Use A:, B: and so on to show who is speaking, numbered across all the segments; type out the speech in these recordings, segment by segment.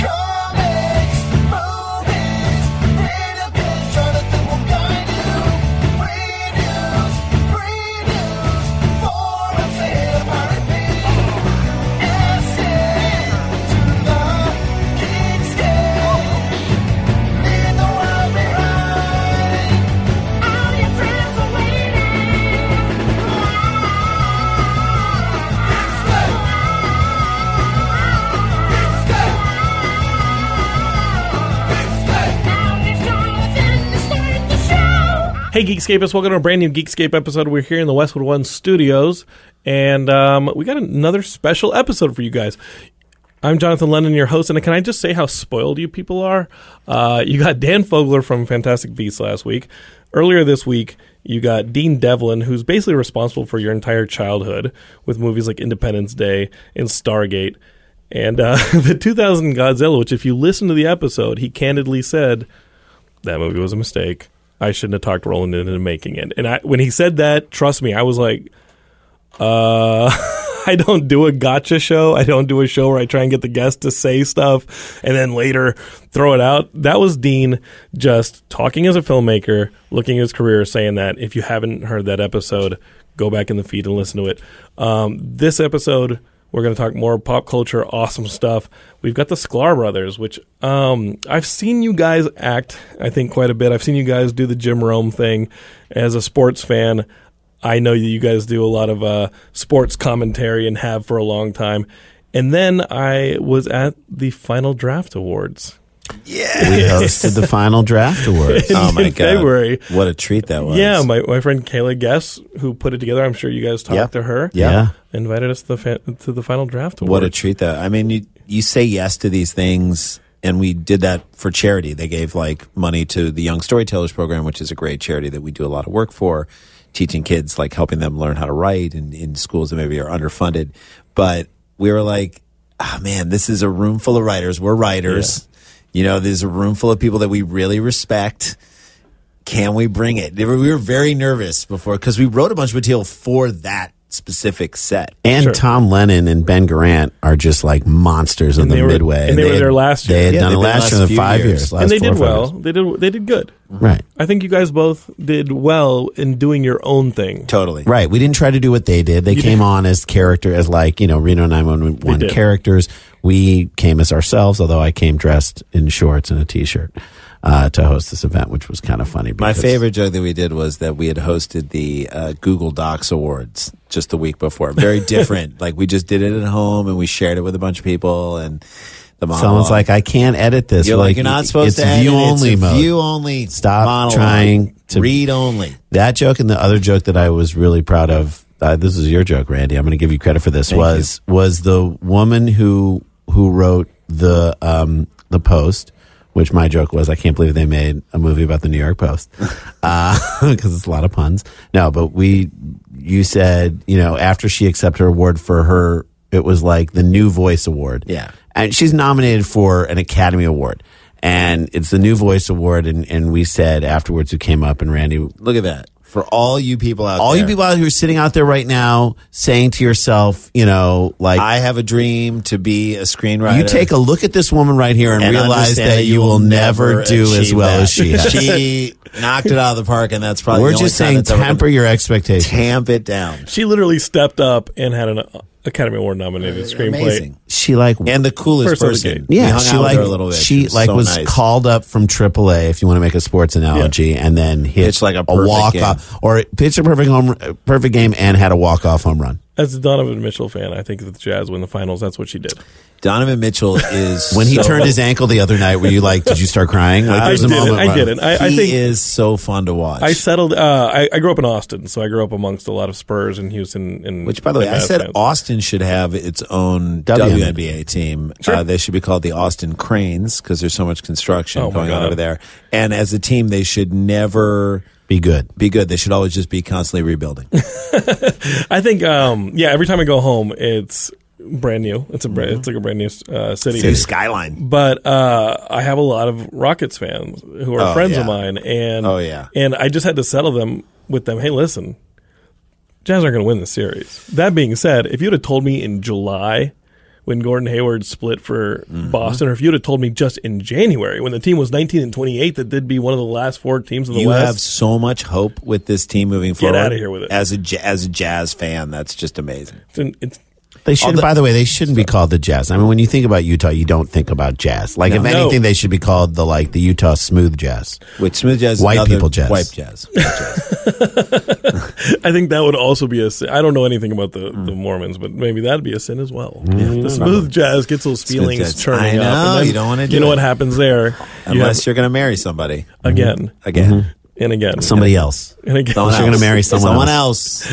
A: Comics, movies, database, Jonathan will guide you. Reviews, previews, forums to hit a pirate beat. Essay to the geek scale. Leave the world behind. All your friends are waiting. Let's go. Let's go.
B: Hey, Geekscapists, welcome to a brand new Geekscape episode. We're here in the Westwood One studios, and um, we got another special episode for you guys. I'm Jonathan Lennon, your host, and can I just say how spoiled you people are? Uh, you got Dan Fogler from Fantastic Beasts last week. Earlier this week, you got Dean Devlin, who's basically responsible for your entire childhood with movies like Independence Day and Stargate. And uh, the 2000 Godzilla, which, if you listen to the episode, he candidly said, that movie was a mistake. I shouldn't have talked Roland into making it. And I, when he said that, trust me, I was like, uh, I don't do a gotcha show. I don't do a show where I try and get the guest to say stuff and then later throw it out. That was Dean just talking as a filmmaker, looking at his career, saying that. If you haven't heard that episode, go back in the feed and listen to it. Um, this episode, we're going to talk more pop culture, awesome stuff. We've got the Sklar brothers, which um, I've seen you guys act, I think, quite a bit. I've seen you guys do the Jim Rome thing. As a sports fan, I know you guys do a lot of uh, sports commentary and have for a long time. And then I was at the Final Draft Awards.
C: we hosted the final draft awards.
D: Oh my
B: in
D: god!
B: February.
D: What a treat that was.
B: Yeah, my, my friend Kayla Guess, who put it together, I'm sure you guys talked
D: Yep.
B: to her,
D: Yeah.
C: Yeah.
B: invited us to the, fan, to the Final Draft Awards.
D: what a treat that. I mean, you you say yes to these things, and we did that for charity. They gave like money to the Young Storytellers Program, which is a great charity that we do a lot of work for, teaching kids like helping them learn how to write in, in schools that maybe are underfunded. But we were like, oh, man, this is a room full of writers. We're writers. You know, there's a room full of people that we really respect. can we bring it? We were very nervous before because we wrote a bunch of material for that specific set.
C: And Tom Lennon and Ben Grant are just like monsters of
B: And
C: the
B: they were-
C: midway.
B: and they were
C: had-
B: there last year.
C: They had
D: Yeah,
C: done it
D: they've been
C: last
D: last
C: year in the
D: few
C: five
D: years.
C: years.
D: And
C: last
B: and they
C: four or
B: did
C: five
B: well.
C: years.
B: They did they did good.
C: Right.
B: I think you guys both did well in doing your own thing.
D: Totally.
C: Right. We didn't try to do what they did. They came on as character, as like, you know, Reno 911
B: did.
C: characters. We came as ourselves, although I came dressed in shorts and a t shirt uh, to host this event, which was kind of funny.
D: My
C: because-
D: favorite joke that we did was that we had hosted the uh, Google Docs Awards just the week before. Very different. like we just did it at home and we shared it with a bunch of people and the monologue.
C: Someone's like, I can't edit this.
D: you're
C: We're
D: like, you're not supposed
C: it's
D: to edit
C: view
D: it.
C: only
D: it's a
C: mode.
D: View only.
C: Stop
D: monologue.
C: trying to-
D: read only.
C: That joke and the other joke that I was really proud of. Uh, this is your joke, Randy. I'm going to give you credit for this. was was the woman who who wrote the um, the post, which my joke was. I can't believe they made a movie about the New York Post because it's a lot of puns. No, but we you said you know after she accepted her award for her, it was like the New Voice Award.
D: Yeah.
C: and she's nominated for an Academy Award. And it's the New Voice Award, and, and we said afterwards who came up, and Randy
D: Look at that. For all you people out
C: all
D: there.
C: you people out who are sitting out there right now saying to yourself, you know, like
D: I have a dream to be a screenwriter.
C: you take a look at this woman right here and,
D: and
C: realize
D: understand
C: that, you will never
D: never
C: do as
D: achieve
C: well
D: that.
C: as she has.
D: She knocked it out of the park, and that's probably
C: We're
D: the only
C: just
D: time
C: saying
D: that's ever
C: temper
D: gonna-
C: your expectations.
D: tamp it down.
B: She literally stepped up and had an Academy uh, Award nominated screenplay.
D: Amazing.
C: She she like
D: and the coolest
B: First out of the
D: person.
B: gate.
D: We
C: yeah,
D: hung
C: she
D: out with
C: like
D: her a little bit.
C: she
D: was
C: like
D: so
C: was
D: nice.
C: called up from AAA if you want to make a sports analogy, and then hit
D: Pitched like a perfect
C: walk
D: game.
C: off or pitched a perfect home perfect game and had a walk off home run
B: As a Donovan Mitchell fan, I think that the Jazz win the finals. That's what she did.
D: Donovan Mitchell is
C: when he
D: so-
C: turned his ankle the other night. Were you like, did you start crying? Like,
D: I
C: there's a
B: didn't.
C: moment.
B: I
C: where-
B: didn't. I- I
D: he
B: think-
D: is so fun to watch.
B: I settled. Uh, I, I grew up in Austin, so I grew up amongst a lot of Spurs and Houston. And
D: Which, by the way, I
B: Jazz
D: said
B: fans.
D: Austin should have its own
C: WNBA.
D: WNBA team. Uh, they should be called the Austin Cranes because there's so much construction
B: Oh, my
D: going on
B: God.
D: over there. And as a team, they should never
C: Be good.
D: be good. They should always just be constantly rebuilding.
B: I think. Um, yeah, every time I go home, it's brand new. It's a brand, it's like a brand new uh, city.
D: New skyline.
B: But uh, I have a lot of Rockets fans who are
D: Oh,
B: friends of
D: yeah.
B: mine, and
D: Oh, yeah.
B: and I just had to settle them with them. Hey, listen, Jazz aren't going to win this series. That being said, if you'd have told me in July when Gordon Hayward split for
D: Mm-hmm.
B: Boston, or if you'd have told me just in January when the team was 19 and 28 that they'd be one of the last four teams in the
D: You
B: West,
D: have so much hope with this team moving forward.
B: outta here with it.
D: As a ja- as a jazz fan, that's just amazing.
B: it's, an- it's
C: They should.
D: the-
C: by the way, they shouldn't be called the Jazz. I mean, when you think about Utah, you don't think about jazz. Like, if
B: No.
C: anything, they should be called the like the Utah smooth jazz.
D: Which smooth jazz, is
C: White
D: another
C: people jazz.
D: white jazz.
B: I think that would also be a sin. I don't know anything about the,
D: Hmm.
B: the Mormons, but maybe that'd be a sin as well. The smooth jazz gets those feelings
D: jazz.
B: churning
D: I
B: up.
D: know, you don't wanna do
B: You know
D: it.
B: what happens there? You
D: Unless
B: have-
D: you're going to marry somebody
B: again
D: again.
B: and again,
C: Somebody else.
B: and again.
D: Someone
C: Mm-hmm. Unless you're
D: else.
C: gonna marry someone
D: else.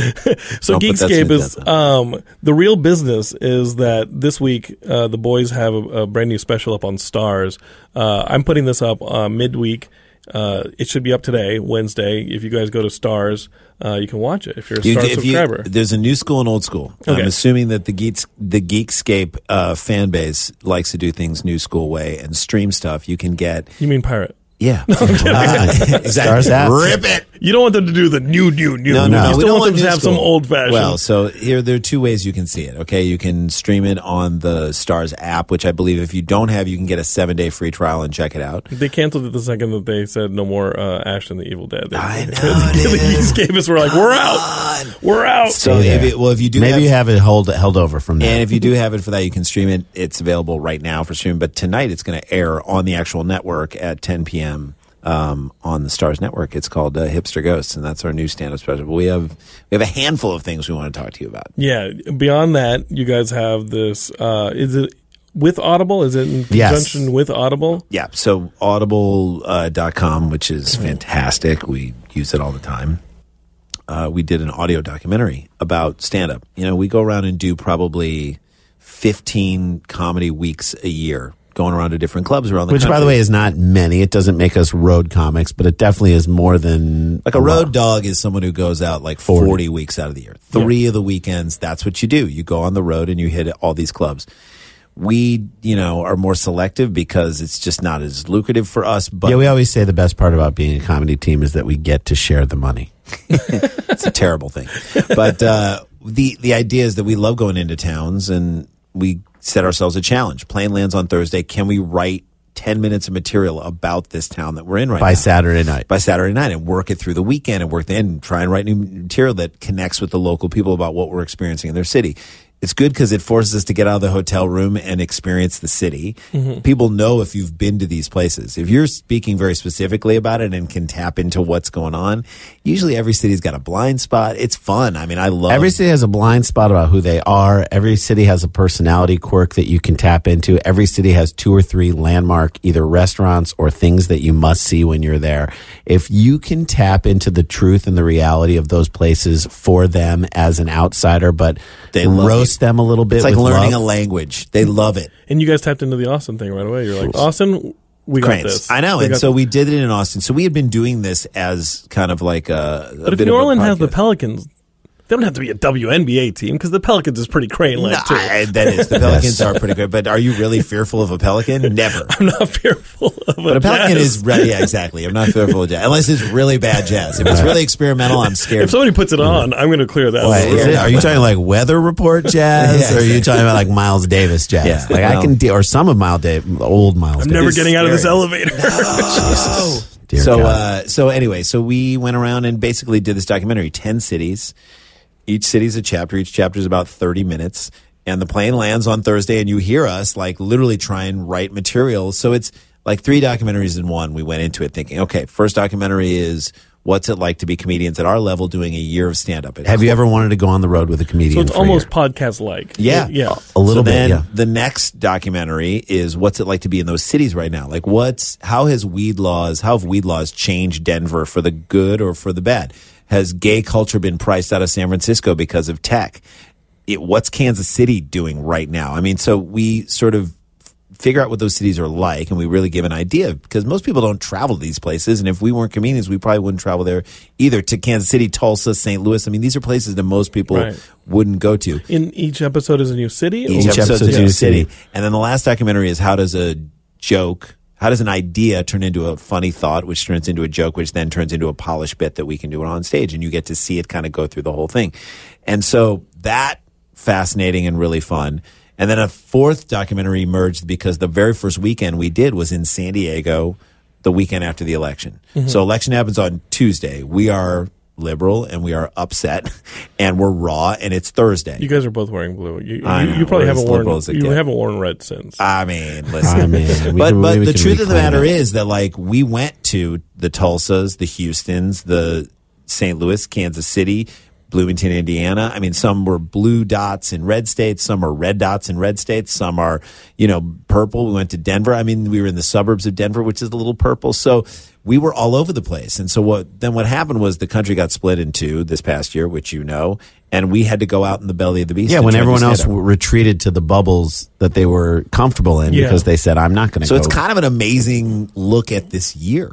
B: So
D: No, but that's
B: Geekscape
D: what
B: is
D: it does.
B: um, the real business is that this week uh, the boys have a, a brand new special up on Stars. Uh, I'm putting this up uh, midweek. Uh, it should be up today, Wednesday. If you guys go to Stars, uh, you can watch it if you're a
D: You-
B: Star
D: if you-
B: subscriber.
D: there's a new school and old school.
B: Okay.
D: I'm assuming that the geeks, the Geekscape uh, fan base likes to do things new school way and stream stuff. You can get
B: you mean pirate?
D: yeah, Uh,
C: Stars app.
D: Rip it.
B: You don't want them to do the new, new, new.
D: No, no,
B: You
D: we
B: still
D: don't
B: want them
D: new
B: to have
D: school.
B: some old fashioned.
D: Well, so here there are two ways you can see it. Okay, you can stream it on the Stars app, which I believe if you don't have, you can get a seven day free trial and check it out.
B: they canceled it the second that they said no more uh, Ash and the Evil Dead. They,
D: I know,
B: the
D: dude.
B: Geekscapists were like, we're out, we're out.
D: So
C: Stay
D: if
C: there.
D: it, well, if you do
C: Maybe
D: have,
C: you have it hold held over from that.
D: And if you do have it for that, you can stream it. It's available right now for streaming. But tonight, it's going to air on the actual network at 10 p.m. Um, on the Stars Network. It's called uh, Hipster Ghosts, and that's our new stand-up special. But we have we have a handful of things we want to talk to you about.
B: Yeah. Beyond that, you guys have this. Uh, is it with Audible? Is it in
C: Yes.
B: conjunction with Audible?
D: Yeah, so audible.com, uh, dot com, which is fantastic. We use it all the time. Uh, we did an audio documentary about stand up. You know, we go around and do probably 15 comedy weeks a year, going around to different clubs around the
C: Which,
D: country.
C: by the way, is not many. It doesn't make us road comics, but it definitely is more than
D: Like a
C: lot.
D: road dog is someone who goes out like 40, weeks out of the year. Three of the weekends, that's what you do. You go on the road and you hit all these clubs. We, you know, are more selective because it's just not as lucrative for us, but
C: Yeah, we always say the best part about being a comedy team is that we get to share the money.
D: it's a terrible thing. But uh, the the idea is that we love going into towns and we set ourselves a challenge. Plane lands on Thursday. Can we write 10 minutes of material about this town that we're in right
C: by
D: now?
C: Saturday night.
D: by Saturday night and work it through the weekend and work the and try and write new material that connects with the local people about what we're experiencing in their city. It's good because it forces us to get out of the hotel room and experience the city. People know if you've been to these places. If you're speaking very specifically about it and can tap into what's going on, usually every city's got a blind spot. It's fun. I mean, I love
C: Every city has a blind spot about who they are. Every city has a personality quirk that you can tap into. Every city has two or three landmark either restaurants or things that you must see when you're there. If you can tap into the truth and the reality of those places for them as an outsider, but
D: They love
C: roast them a little bit.
D: It's like
C: with
D: learning
C: love.
D: a language.
B: Mm-hmm.
D: They love it.
B: And you guys tapped into the Austin thing right away. You're like, Austin, we got
D: Cranes.
B: this.
D: I know.
B: We
D: and
B: got
D: so we did it in Austin. So we had been doing this as kind of like a. a
B: But if
D: bit
B: New
D: of a
B: Orleans has the
D: podcast.
B: Pelicans, they don't have to be a WNBA team because the Pelicans is pretty crane like too.
D: No, I- that is the Pelicans are pretty good, but are you really fearful of a pelican? Never.
B: I'm not fearful of
D: But a pelican
B: Jazz.
D: is right. Yeah, exactly. I'm not fearful of jazz unless it's really bad jazz. If it's really experimental, I'm scared.
B: If somebody puts it on, I'm going to clear that.
C: Wait, is
B: up.
C: it- are you talking like weather report jazz,
D: Yeah,
C: or are you talking about like Miles Davis jazz?
D: Yeah.
C: Like I can, de- or some of Miles Davis, old Miles.
B: I'm never
C: Davis.
B: getting out of this
D: scary.
B: elevator.
C: Dear
D: so,
C: God.
D: uh, so anyway, so we went around and basically did this documentary, ten cities. Each city's a chapter. Each chapter is about thirty minutes, and the plane lands on Thursday, and you hear us like literally try and write material. So it's like three documentaries in one. We went into it thinking, okay, first documentary is what's it like to be comedians at our level doing a year of stand up.
C: Have you ever wanted to go on the road with a comedian?
B: So it's
C: for a
B: almost
C: year?
B: podcast like.
D: Yeah,
B: Yeah.
C: a little
D: So
C: bit,
D: Then
C: yeah.
D: the next documentary is what's it like to be in those cities right now? Like, what's how has weed laws? How have weed laws changed Denver for the good or for the bad? Has gay culture been priced out of San Francisco because of tech? It, what's Kansas City doing right now? I mean, so we sort of figure out what those cities are like and we really give an idea because most people don't travel to these places and if we weren't comedians we probably wouldn't travel there either to Kansas City, Tulsa, St. Louis. I mean, these are places that most people
B: Right.
D: wouldn't go to
B: In each episode is a new city.
D: each
B: or-
D: episode's
C: episode's
D: a
C: a
D: new
C: new
D: city.
C: city.
D: And then the last documentary is how does a joke, how does an idea turn into a funny thought, which turns into a joke, which then turns into a polished bit that we can do on stage. And you get to see it kind of go through the whole thing. And so that fascinating and really fun. And then a fourth documentary emerged because the very first weekend we did was in San Diego the weekend after the election. So election happens on Tuesday. We are liberal and we are upset and we're raw and it's Thursday.
B: You guys are both wearing blue. You,
D: I
B: you,
D: know,
B: you probably
D: we're
B: haven't
D: as
B: worn
D: liberal as it
B: you
D: gets.
B: haven't worn red since.
D: I mean, listen.
C: I mean, we
D: but
C: can-
D: but
C: we
D: the
C: can
D: truth of the
C: reclaim
D: matter
C: it.
D: is that like we went to the Tulsas, the Houstons, the St. Louis, Kansas City, Bloomington, Indiana. I mean, some were blue dots in red states, some are red dots in red states, some are you know purple. We went to Denver. I mean, we were in the suburbs of Denver, which is a little purple. So we were all over the place. And so what then? What happened was the country got split in two this past year, which you know, and we had to go out in the belly of the beast.
C: yeah,
D: and
C: when
D: try to
C: everyone
D: stand
C: else
D: up.
C: retreated to the bubbles that they were comfortable in
B: Yeah.
C: because they said, "I'm not going to."
D: So
C: go.
D: it's kind of an amazing look at this year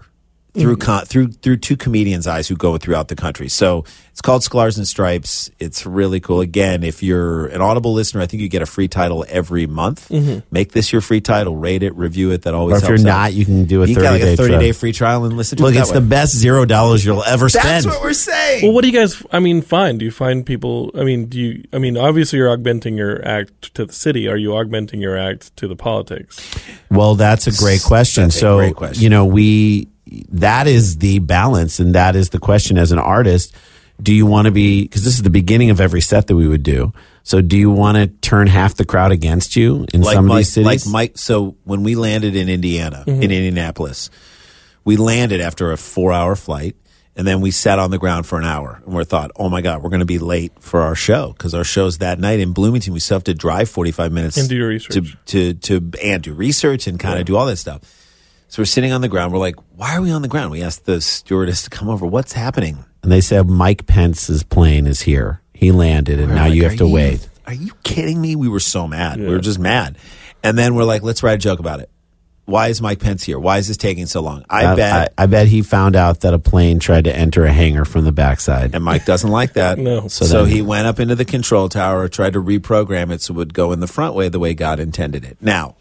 D: through con- through through two comedians' eyes who go throughout the country. So it's called Scars and Stripes. It's really cool. Again, if you're an Audible listener, I think you get a free title every month. Make this your free title. Rate it, review it. That always.
C: Or if
D: helps
C: you're
D: out.
C: not, you can do a
D: You got like a
C: 30-day
D: 30 day
C: trial.
D: free trial and listen to
C: look.
D: it. that
C: It's the
D: way.
C: best zero dollars you'll ever
D: That's
C: spend.
D: what we're saying.
B: well, what do you guys? I mean, fine. Do you find people? I mean, do you? I mean, obviously you're augmenting your act to the city. Are you augmenting your act to the politics?
C: Well, that's a great question.
D: That's a
C: so,
D: great question.
C: you know, we that is the balance, and that is the question as an artist. Do you want to be because this is the beginning of every set that we would do? So, do you want to turn half the crowd against you in
D: like
C: some
D: Mike,
C: of these cities?
D: Like Mike, so when we landed in Indiana,
B: Mm-hmm.
D: in Indianapolis, we landed after a four-hour flight, and then we sat on the ground for an hour, and we thought, "Oh my God, we're going to be late for our show because our show's that night in Bloomington. We still have to drive forty-five minutes
B: And do your research.
D: to to, to and do research and kind of do all that stuff." So we're sitting on the ground. We're like, "Why are we on the ground?" We asked the stewardess to come over. What's happening?
C: and they said Mike Pence's plane is here. He landed, and
D: We're
C: now
D: like,
C: you
D: "Are
C: have to wait.
D: Are you kidding me? We were so mad. We were just mad. And then we're like, let's write a joke about it. Why is Mike Pence here? Why is this taking so long? I
C: I,
D: bet.
C: I, I bet he found out that a plane tried to enter a hangar from the backside.
D: and Mike doesn't like that.
B: No.
D: So,
C: then-
D: he went up into the control tower, tried to reprogram it so it would go in the front way the way God intended it. Now,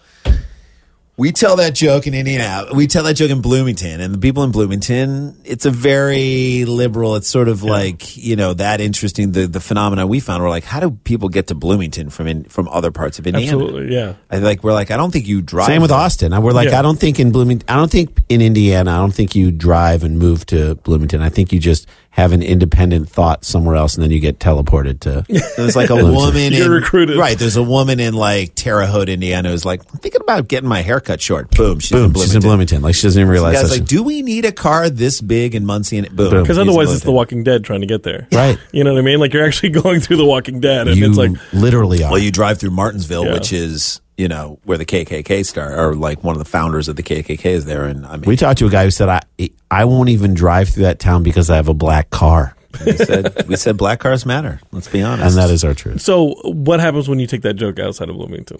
D: we tell that joke in Indiana. We tell that joke in Bloomington, and the people in Bloomington, it's a very liberal. It's sort of like you know that interesting. The the phenomena we found were like, how do people get to Bloomington from in, from other parts of Indiana?
B: Absolutely. Yeah.
D: I like we're like I don't think you drive.
C: Same with
D: there.
C: Austin. I- We're like,
B: Yeah.
C: I don't think in Bloomington, I don't think in Indiana, I don't think you drive and move to Bloomington. I think you just have an independent thought somewhere else and then you get teleported to.
D: There's like a woman.
B: You're
D: in,
B: recruited.
D: right? There's a woman in like Terre Haute, Indiana, who's like I'm thinking about getting my hair cut short. Boom, she's in
C: boom,
D: Bloomington.
C: she's in Bloomington. Like, she doesn't even
D: The
C: realize
D: guy's
C: that's
D: like, do we need a car this big in Muncie? And boom,
B: Because
D: she's in
B: otherwise, it's The
D: Bloomington.
B: Walking Dead trying to get there.
C: Right.
B: You know what I mean? Like you're actually going through The Walking Dead, and
C: you
B: it's like
C: literally are.
D: Well, you drive through Martinsville,
B: Yeah.
D: which is you know where the KKK start, or like one of the founders of the KKK is there, and I mean,
C: we talked to a guy who said, I, I won't even drive through that town because I have a black car.
D: we said we said black cars matter. Let's be honest,
C: And that is our truth.
B: so. What happens when you take that joke outside of Bloomington?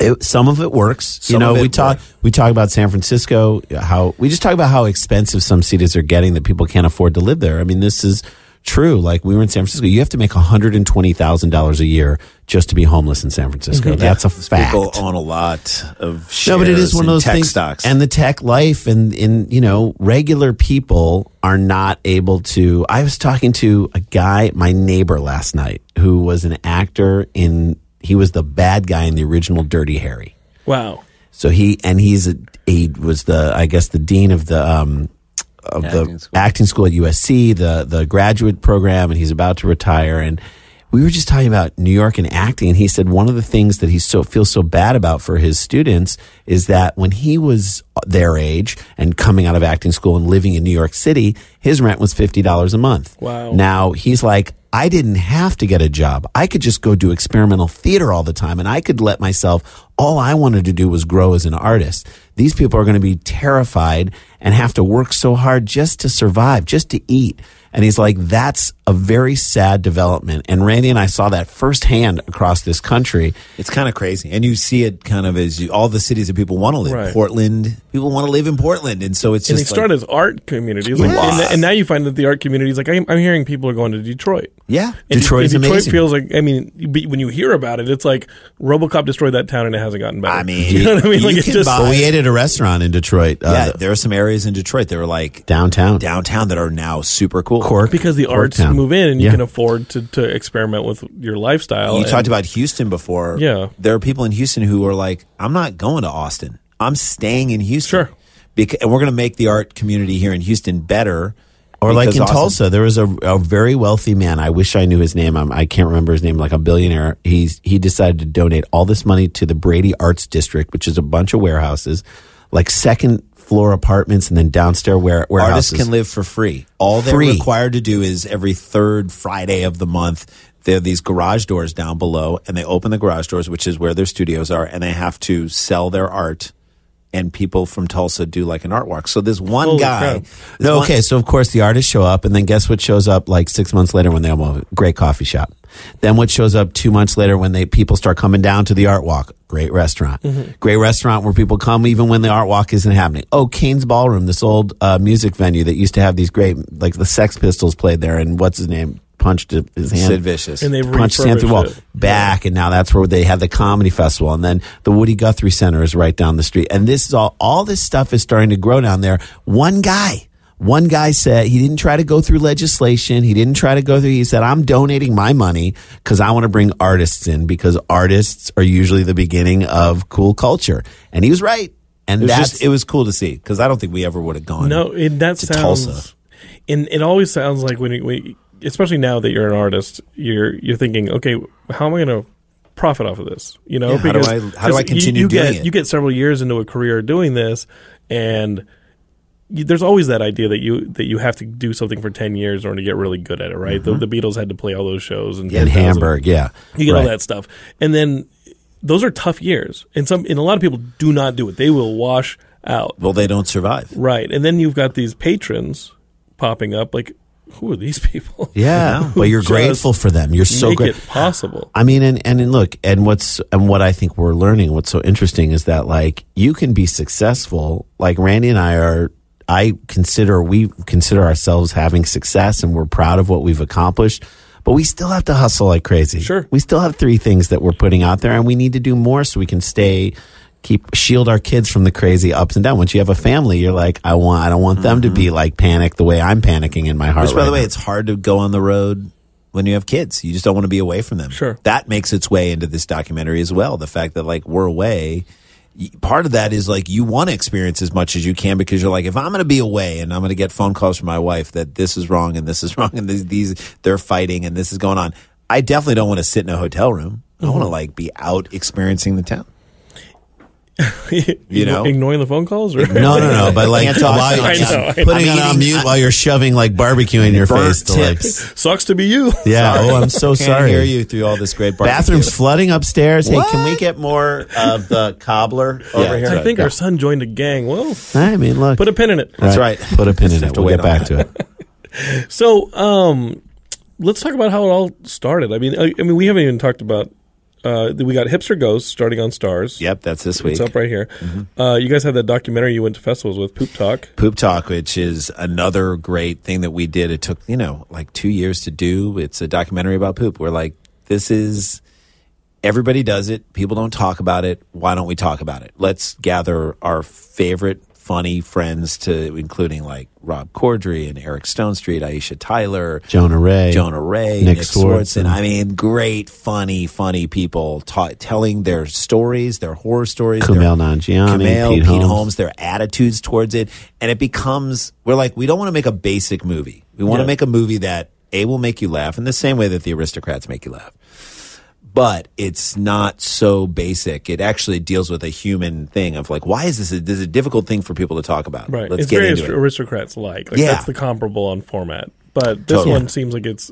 C: It, some of it works.
D: Some
C: you know,
D: of it
C: we talk
D: works.
C: we talk about San Francisco. How we just talk about how expensive some cities are getting that people can't afford to live there. I mean, this is true. Like we were in San Francisco, you have to make one hundred and twenty thousand dollars a year just to be homeless in San Francisco. That's a fact.
D: Mm-hmm. people own a lot of
C: No, but it
D: shares
C: is one
D: in
C: of those
D: tech
C: things.
D: Stocks
C: And the tech life, and in you know, regular people are not able to. I was talking to a guy, my neighbor, last night, who was an actor in. He was the bad guy in the original Dirty Harry.
B: Wow.
C: So he and he's a, he was the I guess the dean of the um of the
D: Acting school.
C: acting school at USC, the the graduate program, and he's about to retire. And we were just talking about New York and acting, and he said one of the things that he so feels so bad about for his students is that when he was their age and coming out of acting school and living in New York City, his rent was fifty dollars a month.
B: Wow.
C: Now he's like, I didn't have to get a job. I could just go do experimental theater all the time, and I could let myself. All I wanted to do was grow as an artist. These people are going to be terrified and have to work so hard just to survive, just to eat. And he's like, that's a very sad development. And Randy and I saw that firsthand across this country.
D: It's kind of crazy, and you see it kind of as you, all the cities that people want to live.
B: Right.
D: Portland, people want to live in Portland, and so it's
B: And they
D: just like-
B: start as art communities, like,
D: Yes.
B: and, th- and now you find that the art community is like I'm, I'm hearing people are going to Detroit.
D: yeah.
B: And
C: Detroit's
B: De- and Detroit
C: amazing.
B: feels like I mean, but when you hear about it, it's like RoboCop destroyed that town and it hasn't gotten better.
D: I mean,
B: you know what I mean?
D: you
B: Like it's
D: can
B: just
D: buy-
C: But we ate at a restaurant in Detroit,
D: yeah,
C: uh,
D: there are some areas in Detroit that are like
C: downtown.
D: downtown that are now super cool.
C: Cork.
B: because the
C: Cork
B: arts
C: town.
B: move in and you
C: Yeah.
B: can afford to, to experiment with your lifestyle.
D: You
B: and-
D: talked about Houston before.
B: Yeah.
D: There are people in Houston who are like, I'm not going to Austin. I'm staying in Houston.
B: Sure.
D: Beca- and we're going to make the art community here in Houston better.
C: Or like
D: because
C: in
D: Austin-
C: Tulsa, there was a, a very wealthy man. I wish I knew his name. I'm, I can't remember his name. Like a billionaire, he's he decided to donate all this money to the Brady Arts District, which is a bunch of warehouses, like second floor apartments, and then downstairs ware, warehouses.
D: Artists can live for free. All they're
C: Free.
D: required to do is every third Friday of the month, there are these garage doors down below, and they open the garage doors, which is where their studios are, and they have to sell their art. And people from Tulsa do like an art walk. So this one
B: Holy
D: guy,
B: crap.
D: this
C: No,
D: one-
C: okay. So of course the artists show up, and then guess what shows up like six months later when they open a great coffee shop. Then what shows up two months later when they people start coming down to the art walk, great restaurant,
D: Mm-hmm.
C: great restaurant where people come even when the art walk isn't happening. Oh, Kane's Ballroom, this old uh, music venue that used to have these great like the Sex Pistols played there, and what's his name punched his hand,
D: Sid Vicious.
B: And they
C: punched his hand through the wall
B: refurbished it.
C: back and now that's where they had the comedy festival and then the woody guthrie center is right down the street and this is all all this stuff is starting to grow down there one guy one guy said he didn't try to go through legislation he didn't try to go through he said i'm donating my money because i want to bring artists in because artists are usually the beginning of cool culture and he was right and
D: It was
C: that's
D: just it was cool to see because I don't think we ever would have gone.
B: No, it, that
D: to
B: sounds.
D: Tulsa.
B: And it always sounds like when, you, when you- especially now that you're an artist, you're you're thinking, okay, how am I going to profit off of this? You know,
D: Yeah, how do I- how do I
B: 'cause
D: continue
B: you, you
D: doing
B: get,
D: it?
B: You get several years into a career doing this, and you, there's always that idea that you that you have to do something for ten years in order to get really good at it. Right?
D: Mm-hmm.
B: The, the Beatles had to play all those shows and
C: in
B: 10,000
C: hamburg yeah
B: you get all
C: Right.
B: that stuff, and then those are tough years, and some and a lot of people do not do it. They will wash out.
D: Well, they don't survive.
B: Right. And then you've got these patrons popping up. Like, who are these people?
C: yeah but you're
B: Just
C: grateful for them you're so
B: Make
C: great
B: it possible.
C: I mean, and, and and look, and what's and what I think we're learning, what's so interesting is that like you can be successful. Like Randy and I are, I consider we consider ourselves having success, and we're proud of what we've accomplished. But we still have to hustle like crazy.
B: Sure.
C: we still have three things that we're putting out there, and we need to do more so we can stay. Keep shield our kids from the crazy ups and downs. Once you have a family, you're like, I want, I don't want them to be like panic the way I'm panicking in my heart.
D: Which, by
C: right
D: the way,
C: now.
D: it's hard to go on the road when you have kids. You just don't want to be away from them.
B: Sure.
D: That makes its way into this documentary as well. The fact that like we're away. y- Part of that is like you want to experience as much as you can because you're like, if I'm going to be away and I'm going to get phone calls from my wife that this is wrong and this is wrong and these, these they're fighting and this is going on, I definitely don't want to sit in a hotel room. I want to
C: Mm-hmm.
D: like be out experiencing the town. you know?
B: ignoring the phone calls? Or
C: No, no, no. But like
D: Can't talk.
C: allow-
D: I
C: just
B: know.
C: putting
D: I'm
C: it on
D: eating-
C: mute while you're shoving like barbecue in your
D: Burnt
C: face. To like,
D: tips.
B: Sucks to be you.
C: yeah. Oh, I'm so
D: Can't
C: sorry.
D: hear you through all this great barbecue.
C: Bathrooms flooding upstairs. Hey, can we
D: What?
C: get more of the cobbler
D: Yeah,
C: over
D: that's
C: here?
B: I think our son joined a gang. Well,
C: I mean, look.
B: put a pin in it.
C: That's
D: right.
C: Put a pin in
D: have
C: it.
D: to
C: We'll
D: wait
C: get
D: on
C: back
D: that.
C: to it.
B: So, um, let's talk about how it all started. I mean, uh, I, I mean, we haven't even talked about. Uh, we got hipster ghosts starting on stars.
D: Yep, that's this week.
B: It's up right here.
C: Mm-hmm.
B: Uh, you guys have that documentary you went to festivals with, Poop Talk.
D: Poop Talk, which is another great thing that we did. It took, you know, like two years to do. It's a documentary about poop. We're like, this is everybody does it. People don't talk about it. Why don't we talk about it? Let's gather our favorite funny friends to including like Rob Corddry and Eric Stone Street, Aisha Tyler,
C: Jonah Ray.
D: Jonah Ray,
C: Nick
D: Nick, Swartzen.
C: Swartzen.
D: I mean, great, funny, funny people ta- telling their stories, their horror stories. their-
C: Kumail Nanjiani,
D: Kumail,
C: Pete
D: Pete,
C: Holmes.
D: Holmes. their attitudes towards it. And it becomes, we're like, we don't want to make a basic movie. We want
B: Yeah.
D: to make a movie that A will make you laugh in the same way that the aristocrats make you laugh. But it's not so basic. It actually deals with a human thing of like, why is this a, this is a difficult thing for people to talk about?
B: Right.
D: Let's
B: it's
D: get
B: very
D: into it.
B: aristocrats like. Like,
D: Yeah.
B: That's the comparable on format. But this
D: Totally.
B: one seems like it's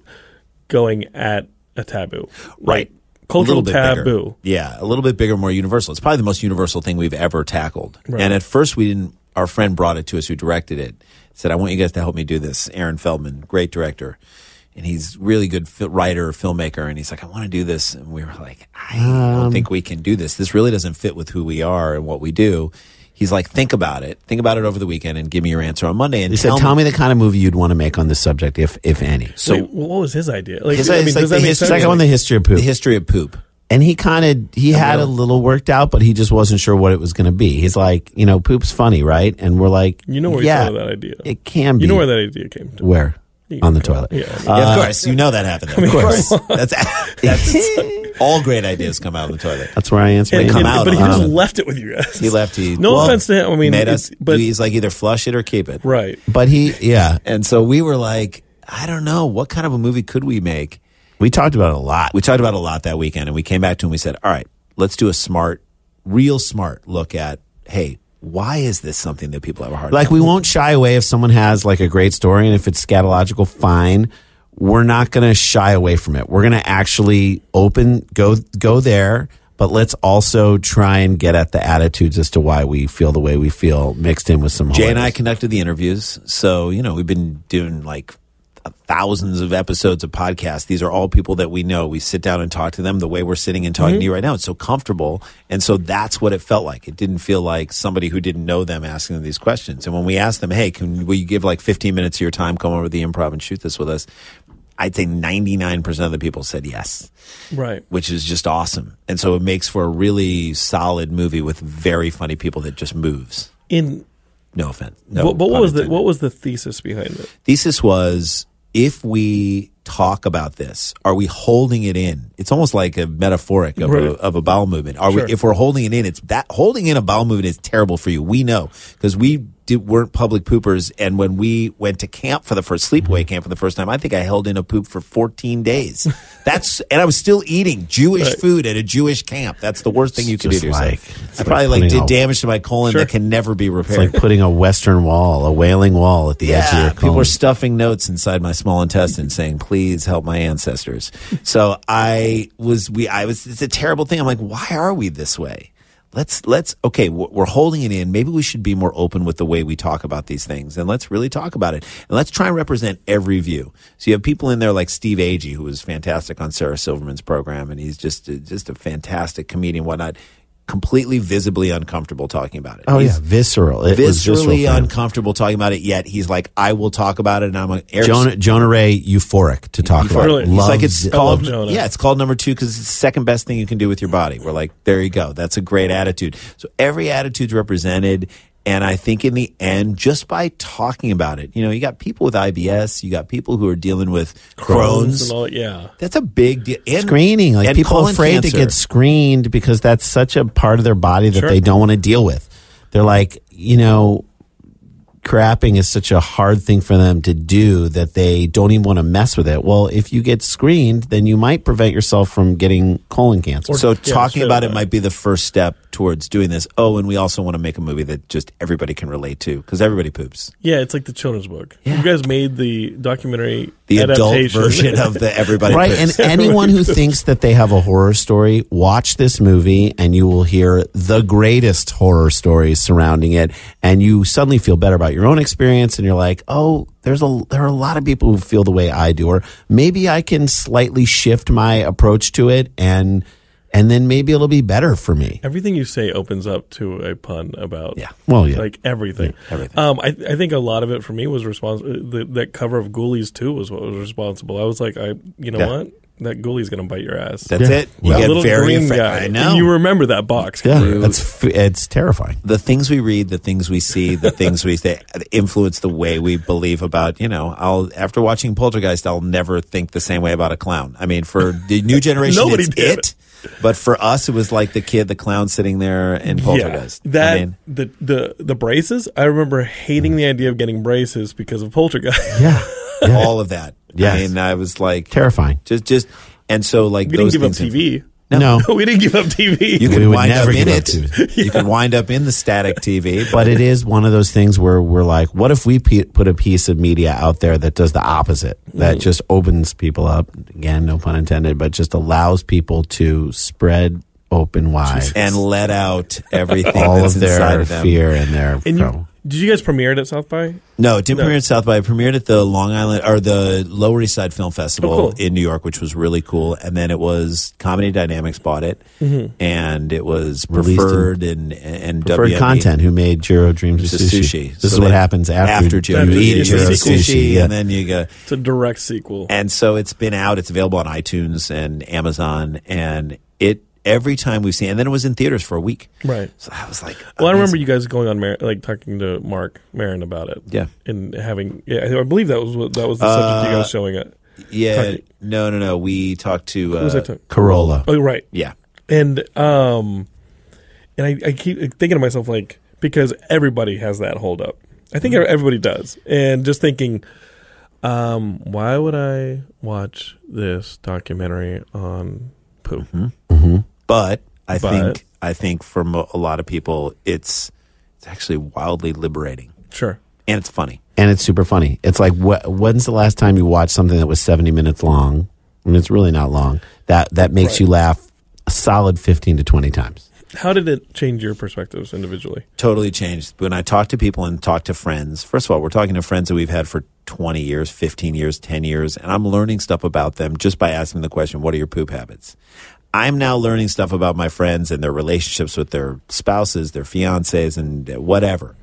B: going at a taboo.
D: Right.
B: Like, cultural
D: bigger.
B: taboo.
D: Yeah, a little bit bigger, more universal. It's probably the most universal thing we've ever tackled.
B: Right.
D: And at first, we didn't. Our friend brought it to us, who directed it. Said, "I want you guys to help me do this." Aaron Feldman, great director, and he's really good fi- writer, filmmaker. And he's like, "I want to do this," and we were like, "I
B: Um,
D: don't think we can do this. This really doesn't fit with who we are and what we do." He's like, "Think about it. Think about it over the weekend, and give me your answer on Monday." And
C: He said,
D: tell
C: "Tell me the kind of movie you'd want to make on this subject, if if any."
D: So
B: Wait, what was his idea? Like,
D: His-
B: I mean,
D: it's
B: does
D: like
B: that
D: the
B: make
D: history-
B: sense?
C: Second one, the history of poop,
D: the history of poop.
C: and he kind of he had a little worked out, but he just wasn't sure what it was going to be. He's like, you know, poop's funny, right? And we're like,
B: you know where you
C: yeah,
B: saw that idea.
C: It can be.
B: You know where that idea came to.
C: Where? on the toilet.
B: Yeah.
D: yeah, of course, Uh, you know that happened. Of course, that's that's all great ideas come out of the toilet.
C: That's where I answer.
B: And-
C: my
D: come
B: and-
C: email.
D: out
B: but he
D: on
B: just
D: it.
B: left it with you guys.
D: He left. He
B: No
D: well,
B: offense to him. I mean,
D: made
B: it's-
D: us,
B: but
D: he's like either flush it or keep it.
B: right.
C: But he, yeah,
D: And so we were like, I don't know, what kind of a movie could we make? Uh,
C: we talked about it a lot.
D: We talked about it a lot that weekend, and we came back to him. We said, all right, let's do a smart, real smart look at, hey, why is this something that people have a hard
C: Like
D: time?
C: we won't shy away if someone has like a great story and if it's scatological, fine. We're not going to shy away from it. We're going to actually open go go there, but let's also try and get at the attitudes as to why we feel the way we feel mixed in with some
D: Jay and I
C: hilarious-
D: conducted the interviews, so you know we've been doing like thousands of episodes of podcasts. These are all people that we know. We sit down and talk to them the way we're sitting and
B: Mm-hmm.
D: talking to you right now. It's so comfortable, and so that's what it felt like. It didn't feel like somebody who didn't know them asking them these questions. And when we asked them, "Hey, can will you give like 15 minutes of your time? Come over to the improv and shoot this with us?" I'd say 99% of the people said yes
B: Right.
D: which is just awesome. And so it makes for a really solid movie with very funny people that just moves.
B: In
D: No offense. No.
B: what, but what
D: pun
B: was the
D: intended.
B: what was the thesis behind it?
D: thesis was if we talk about this, are we holding it in? It's almost like a metaphoric of,
B: Right.
D: a, of a bowel movement. Are
B: Sure.
D: we, if we're holding it in, it's that holding in a bowel movement is terrible for you. We know because we did, weren't public poopers. And when we went to camp for the first sleepaway camp for the first time, I think I held in a poop for 14 days. That's, and I was still eating Jewish
B: Right.
D: food at a Jewish camp. That's the worst thing you could
C: just
D: do to yourself.
C: like- it's
D: I
C: like
D: probably like,
C: putting
D: did
C: a-
D: damage to my colon
B: Sure.
D: that can never be
C: It's
D: repaired.
C: like putting a western wall, a wailing wall at the edge of your
D: People
C: colon.
D: were stuffing notes inside my small intestine saying, please help my ancestors. So I was, we, I was, it's a terrible thing. I'm like, why are we this way? Let's, let's, okay, we're we're holding it in. Maybe we should be more open with the way we talk about these things and let's really talk about it. And let's try and represent every view. So you have people in there like Steve Agee, who was fantastic on Sarah Silverman's program. And he's just, a, just a fantastic comedian, whatnot. Completely visibly uncomfortable talking about it.
C: oh
D: He's-
C: yeah, visceral. It was visceral for
D: viscerally
C: him.
D: uncomfortable talking about it. Yet he's like, I will talk about it, and I'm like, Eric-
C: Jonah, Jonah Ray euphoric to talk about.
B: Really?
C: It.
B: He's
D: It's like
C: Loves
D: it's
C: it.
D: called,
B: Jonah.
D: yeah, it's called number two because it's the second best thing you can do with your body. We're like, there you go. That's a great attitude. So every attitude's represented. And I think in the end, just by talking about it, you know, you got people with IBS, you got people who are dealing with Crohn's.
B: And all, yeah.
D: That's a big deal. And-
C: screening. Like
D: and
C: people are
D: colon
C: afraid
D: cancer.
C: to get screened because that's such a part of their body that
B: Sure.
C: they don't want to deal with. They're like, you know, crapping is such a hard thing for them to do that they don't even want to mess with it. Well, if you get screened, then you might prevent yourself from getting colon cancer.
D: So talking
B: straight
D: about it
B: up.
D: might be the first step towards doing this. Oh, and we also want to make a movie that just everybody can relate to because everybody poops.
B: Yeah, it's like the children's book. You guys made the documentary
D: the adult
B: adaptation.
D: version of the everybody
C: Right,
D: Poops.
C: and anyone who thinks that they have a horror story, watch this movie and you will hear the greatest horror stories surrounding it and you suddenly feel better about your own experience and you're like, "Oh, there's a there are a lot of people who feel the way I do or maybe I can slightly shift my approach to it and and then maybe it'll be better for me."
B: Everything you say opens up to a pun about
D: Yeah.
C: Well, yeah.
B: like everything.
D: everything.
B: Um, I I think a lot of it for me was responsible. That cover of Ghoulies too was what was responsible. I was like, I you know
D: Yeah.
B: what that Ghoulie's gonna bite your ass.
D: that's it. You
C: Well,
D: get
B: little
D: very
B: green
D: affa-
B: guy.
D: I
B: And
D: know.
B: you remember that box.
C: yeah,
B: cover.
C: that's f- it's terrifying.
D: the things we read, the things we see, the things we say influence the way we believe about, you know, I'll after watching Poltergeist, I'll never think the same way about a clown. I mean, for the new generation
B: Nobody
D: it's
B: did.
D: it. But for us it was like the kid, the clown sitting there in Poltergeist.
B: Yeah, that
D: I mean,
B: the the the braces. I remember hating the idea of getting braces because of Poltergeist.
C: Yeah.
D: all of that.
C: Yes.
D: I mean, I was like
C: Terrifying.
D: Just, just, and so like
B: We didn't
D: those
B: give up
D: things have-
B: TV.
C: No.
B: we didn't give up TV.
D: You
C: We
D: can
C: would
D: wind up
C: never
D: in
C: give up
D: it.
C: TV.
D: You can wind up in the static TV, but
C: But it is one of those things where we're like, what if we pe- put a piece of media out there that does the opposite, that
D: Mm.
C: just opens people up? Again, no pun intended, but just allows people to spread open wide
D: and let out everything
C: all
D: that's
C: of
D: inside
C: their
D: of them.
C: fear and their.
B: And
C: pro-
B: you, did you guys premiere it at South by?
D: No, it didn't premiere at South by. It premiered at the Long Island or the Lower East Side Film Festival
B: Oh, cool.
D: in New York, which was really cool. And then it was Comedy Dynamics bought it,
B: Mm-hmm.
D: and it was
C: Released in-
D: preferred and and
C: preferred
D: WME.
C: content who made Jiro Dreams
D: to
C: of
D: sushi.
C: Sushi. This
D: So
C: is what
D: they-
C: happens after,
D: after Jiro.
B: After
C: you
B: Jiro
C: eat Jiro
B: Dreams of
C: Sushi,
D: sushi,
C: yeah.
D: and then you go.
B: It's a direct sequel.
D: And so it's been out. It's available on iTunes and Amazon, and it every time we've seen. And then it was in theaters for a week.
B: right.
D: So I was like,
B: Well, I remember
D: amazing.
B: you guys going on, Mar- like talking to Mark Marin about it.
D: Yeah. Uh,
B: and having yeah, I- I believe that was what that was the subject you guys showing it.
D: Yeah,
B: talking-
D: no, no, no. We talked to. Uh,
B: Who was I talking?
C: Corolla.
B: Oh, right.
D: yeah,
B: And um, and I, I keep thinking to myself like because everybody has that hold up. I think
D: Mm-hmm.
B: everybody does, and just thinking, um, why would I watch this documentary on poop?
D: Mm-hmm. but I
B: But-
D: think I think for mo- a lot of people, it's it's actually wildly liberating
B: Sure.
D: and it's funny.
C: and it's super funny. It's like wh- when's the last time you watched something that was 70 minutes long? I mean, it's really not long. That that makes you laugh a solid 15 to 20 times.
B: How did it change your perspectives individually?
D: Totally changed when I talk to people and talk to friends. First of all, we're talking to friends that we've had for twenty years, fifteen years, ten years, and I'm learning stuff about them just by asking the question, "What are your poop habits?" I'm now learning stuff about my friends and their relationships with their spouses, their fiancés, and whatever.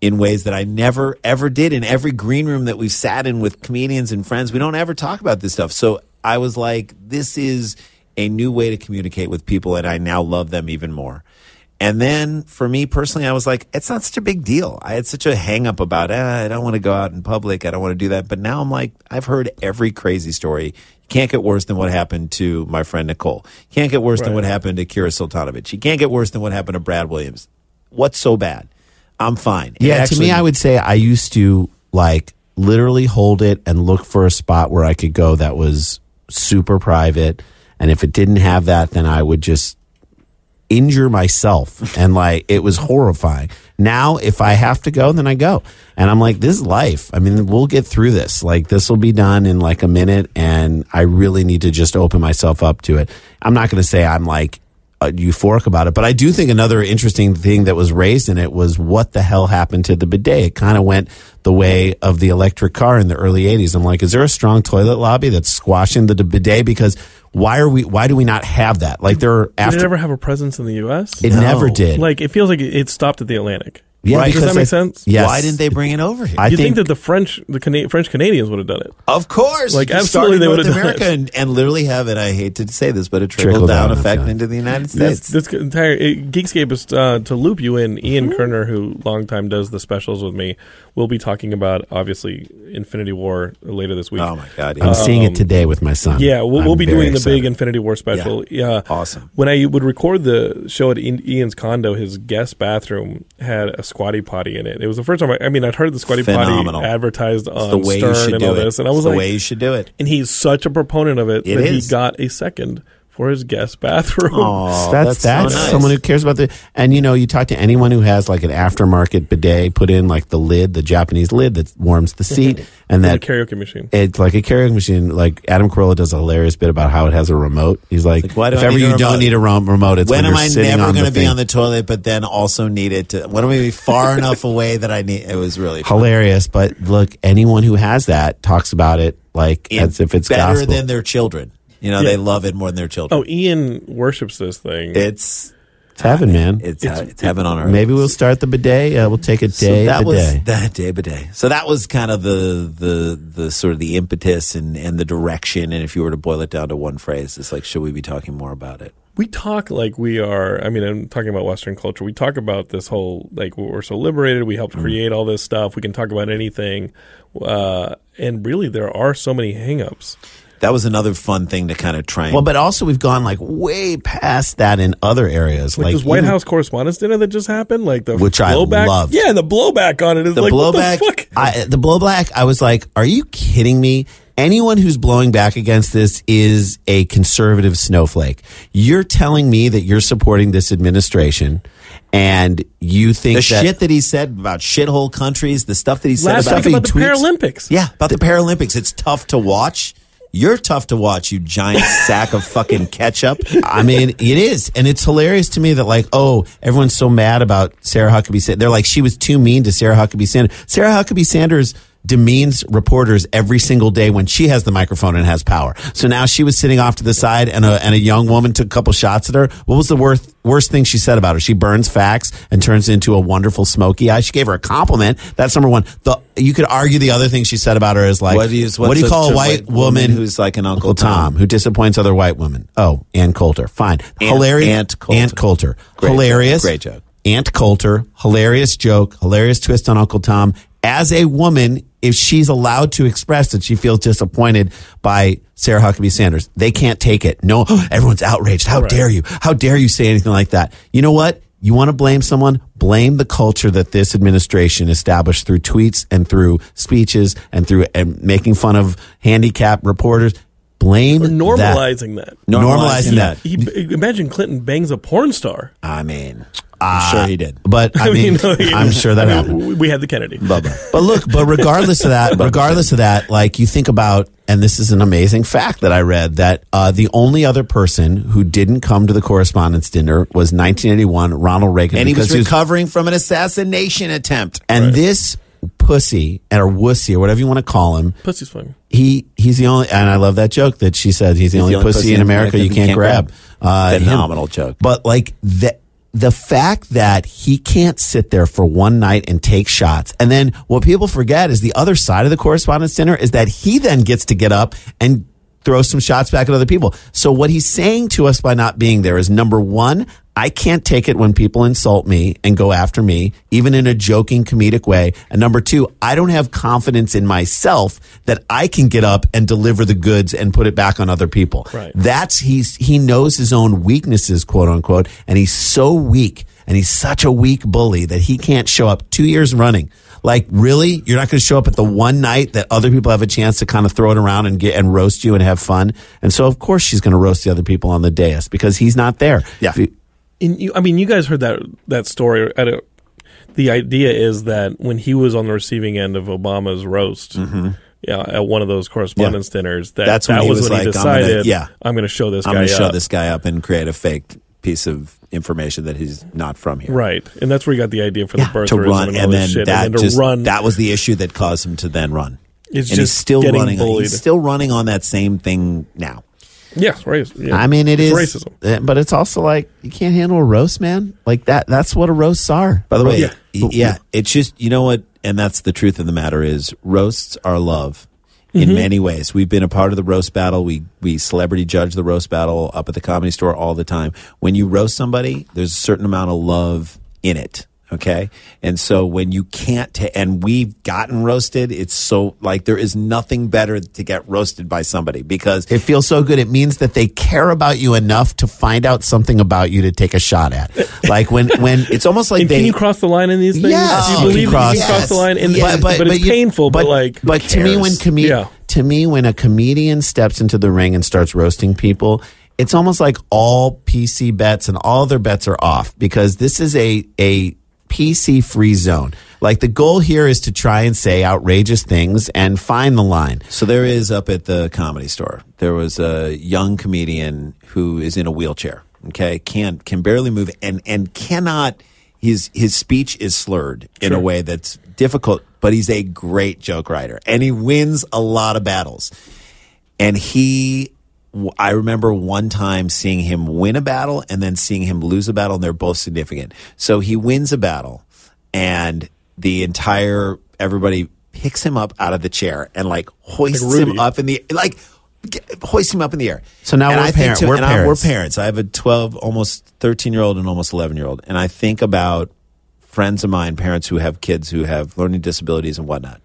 D: in ways that I never ever did in every green room that we've sat in with comedians and friends. We don't ever talk about this stuff. So I was like, this is a new way to communicate with people, and I now love them even more. And then for me personally, I was like, it's not such a big deal. I had such a hang up about, ah, I don't want to go out in public. I don't want to do that. But now I'm like, I've heard every crazy story. You can't get worse than what happened to my friend Nicole. You can't get worse than what happened to Kira Sultanovich. You can't get worse than what happened to Brad Williams. What's so bad? I'm fine. It
C: Yeah, to
D: actually-
C: me, I would say I used to like literally hold it and look for a spot where I could go that was super private. And if it didn't have that, then I would just injure myself. and like, it was horrifying. Now, if I have to go, then I go. And I'm like, this is life. I mean, we'll get through this. Like, this will be done in like a minute. And I really need to just open myself up to it. I'm not going to say I'm like, uh, euphoric about it. But I do think another interesting thing that was raised in it was what the hell happened to the bidet? It kind of went the way of the electric car in the early 80s. I'm like, is there a strong toilet lobby that's squashing the d- bidet? Because why are we, why do we not have that? Like there are
B: Did
C: after,
B: it ever have a presence in the U.S.?
C: it
D: No.
C: never did.
B: like it feels like it- it stopped at the Atlantic.
C: yeah,
D: Right.
C: because
B: Does that make
C: I-
B: sense?
C: Yes.
D: Why didn't they bring it over here?
C: I
B: You think,
C: think,
B: that the French, the Cana- French Canadians would have done it?
D: of course,
B: Like,
D: you
B: absolutely
D: started
B: they
D: North
B: would've done
D: America
B: it.
D: and, and literally have it. I hate to say this, but a trickle,
C: Trickle
D: down,
C: down
D: effect
C: effect.
D: into the United
B: This,
D: States.
B: this entire it, Geekscape is uh, to loop you in.
C: Mm-hmm.
B: Ian Kerner, who long time does the specials with me, will be talking about obviously Infinity War later this week.
D: oh my god! yeah.
C: I'm seeing it today with my son.
B: uh, um, Yeah, we'll,
C: I'm
B: we'll be
C: very
B: doing the
C: excited.
B: big Infinity War special. Yeah.
D: Awesome.
B: When I would record the show at Ian- Ian's condo, his guest bathroom had a squatty potty in it. It was the first time. I, I mean, I'd heard of the squatty
D: Phenomenal.
B: potty advertised
D: It's the
B: on
D: way you
B: Stern
D: should
B: and
D: do
B: all
D: it.
B: this, and I was
D: It's the
B: like,
D: way you should do it.
B: and he's such a proponent of it,
D: It
B: that
D: is.
B: he got a second for his guest bathroom.
D: Aw,
C: that's that's,
D: Oh, so nice.
C: someone who cares about the and you know you talk to anyone who has like an aftermarket bidet put in like the lid the Japanese lid that warms the seat and
B: The
C: that
B: karaoke machine.
C: it's like a carrying machine. Like Adam Carolla does a hilarious bit about how it has a remote. He's like,
D: Like, why do
C: if
D: I
C: ever
D: need a
C: you don't
D: remote?
C: need a rom- remote, it's when,
D: when am
C: you're
D: I
C: sitting
D: never
C: on
D: going to be
C: thing.
D: on the toilet, but then also need it to? When am I gonna be far enough away that I need? It was really fun.
C: hilarious? But look, anyone who has that talks about it like as if it's
D: better
C: gospel.
D: than their children. You know,
B: Yeah.
D: they love it more than their children.
B: Oh, Ian worships this thing.
D: it's
C: it's heaven, man.
D: it's uh, it's, heaven on earth.
C: Maybe we'll start the bidet. Uh, we'll take a day.
D: so that was
C: bidet.
D: that day by day. So that was kind of the the the sort of the impetus and and the direction. And if you were to boil it down to one phrase, it's like, should we be talking more about it?
B: we talk like we are i mean i'm talking about western culture we talk about this whole like we're so liberated we
C: Mm.
B: helped create all this stuff we can talk about anything uh, and really there are so many hangups
D: that was another fun thing to kind of try. And,
C: Well, but also we've gone like way past that in other areas,
B: Like,
C: like,
B: this White
C: even-
B: House Correspondents' Dinner that just happened, like the
C: Which I
B: blowback.
C: loved.
B: Yeah, the blowback on it is
C: the
B: like what
C: blowback.
B: the fuck?
C: I, the blowback. I was like, "Are you kidding me?" Anyone who's blowing back against this is a conservative snowflake. You're telling me that you're supporting this administration, and you
D: the
C: think that
D: shit that he said about shithole countries, the stuff that he said
B: Last
D: about,
B: week about the Paralympics.
D: Yeah, about the Paralympics. It's tough to watch. You're tough to watch, you giant sack of fucking ketchup.
C: I mean, it is, and it's hilarious to me that like, oh, everyone's so mad about Sarah Huckabee. Sanders. They're like, she was too mean to Sarah Huckabee Sanders. Sarah Huckabee Sanders demeans reporters every single day when she has the microphone and has power. So now she was sitting off to the side, and a and a young woman took a couple shots at her. What was the worst worst thing she said about her? She burns facts and turns into a wonderful smoky eye. She gave her a compliment. That's number one. The you could argue the other thing she said about her is like,
D: What do you-
C: what do you
D: what's
C: call
D: a-
C: a white
D: white woman
C: woman,
D: who's like an Uncle Tom?
C: who disappoints other white women. Oh, Ann Coulter. Fine.
D: Aunt-
C: hilarious.
D: Aunt Coulter.
C: Aunt Coulter.
D: Great
C: hilarious.
D: joke. Great joke.
C: Aunt Coulter. Hilarious joke. Hilarious twist on Uncle Tom. As a woman, if she's allowed to express that she feels disappointed by Sarah Huckabee Sanders, they can't take it. No, everyone's outraged. How dare you? How dare you say anything like that? You know what? You want to blame someone? Blame the culture that this administration established through tweets and through speeches and through and making fun of handicapped reporters. Blame that
B: Normalizing that.
C: normalizing that.
B: He, imagine Clinton bangs a porn star.
D: I mean, I'm sure he did.
C: But I mean,
B: like-
C: I'm sure that
B: I mean,
C: happened.
B: We had the Kennedy.
D: Bubba.
C: But look, but regardless of that, regardless of that, like you think about, and this is an amazing fact that I read that uh, the only other person who didn't come to the correspondence dinner was 1981 Ronald Reagan,
D: And he
C: because
D: was recovering from an assassination attempt.
C: and this pussy or wussy or whatever you want to call him,
B: Pussy's fun.
C: he he's the only and I love that joke that she said he's the, only, pussy, in America you can't, grab. Uh, him.
D: Phenomenal joke.
C: But like the the fact that he can't sit there for one night and take shots, and then what people forget is the other side of the correspondence dinner is that he then gets to get up and throw some shots back at other people. So what he's saying to us by not being there is number one. I can't take it when people insult me and go after me, even in a joking, comedic way. And number two, I don't have confidence in myself that I can get up and deliver the goods and put it back on other people.
B: Right.
C: That's he's he knows his own weaknesses, quote unquote, and he's so weak and he's such a weak bully that he can't show up two years running. Like, really? You're not going to show up at the one night that other people have a chance to kind of throw it around and get and roast you and have fun. And so, of course, she's going to roast the other people on the dais because he's not there.
D: Yeah.
C: If you-
B: And you, I mean, you guys heard that that story. I don't, the idea is that when he was on the receiving end of Obama's roast, yeah, at one of those correspondence dinners, that
D: Mm-hmm. That's when
B: that
D: he
B: was,
D: was
B: when he
D: like, I'm gonna-
B: decided,
D: yeah.
B: I'm going to show this
D: I'm
B: guy uh,
D: going to show
B: up.
D: this guy up and create a fake piece of information that he's not from here.
B: Right, and that's where he got the idea for the birth
D: to run,
B: and,
D: and,
B: all
D: then
B: this shit,
D: that
B: and then to
D: just
B: run.
D: that was the issue that caused him to then run.
B: It's
D: and he's
B: just
D: still
B: getting
D: running.
B: bullied.
D: He's still running on that same thing now.
B: yes, right. yeah.
C: I mean, it
B: it's
C: is
B: racism.
C: uh, but it's also like you can't handle a roast, man. Like that. That's what a roasts are.
D: By the way,
B: Yeah.
D: yeah. yeah, it's just you know what, and that's the truth of the matter is roasts are love
C: Mm-hmm.
D: in many ways. We've been a part of the roast battle. We we celebrity judge the roast battle up at the comedy store all the time. When you roast somebody, there's a certain amount of love in it. Okay, and so when you can't, ta- and we've gotten roasted, it's so like there is nothing better to get roasted by somebody because
C: It feels so good. It means that they care about you enough to find out something about you to take a shot at. Like when when
D: it's almost like
B: and
D: they
B: can you cross the line in these things?
C: Yes,
D: Oh.
B: Do you believe
C: you can
B: that
C: cross-
B: you can cross the
C: yes,
B: line? And,
C: yes.
B: but, it's
C: you-
B: painful. But, like,
C: but to me, when comed-
B: Yeah.
C: to me when a comedian steps into the ring and starts roasting people, it's almost like all PC bets and all their bets are off because this is a a PC free zone. Like the goal here is to try and say outrageous things and find the line.
D: So there is up at the comedy store. There was a young comedian who is in a wheelchair. Okay, can can barely move and and cannot. His his speech is slurred in a way that's difficult. But he's a great joke writer, and he wins a lot of battles. And he, w- I remember one time seeing him win a battle and then seeing him lose a battle, and they're both significant. So he wins a battle, and the entire everybody picks him up out of the chair and like hoists him up in the like g- hoists him up in the air.
C: So now
D: And
C: we're
D: I think
C: parent- we're
D: and I-
C: parents.
D: we're parents. I have a twelve, almost thirteen year old, and almost eleven year old, and I think about friends of mine, parents who have kids who have learning disabilities and whatnot.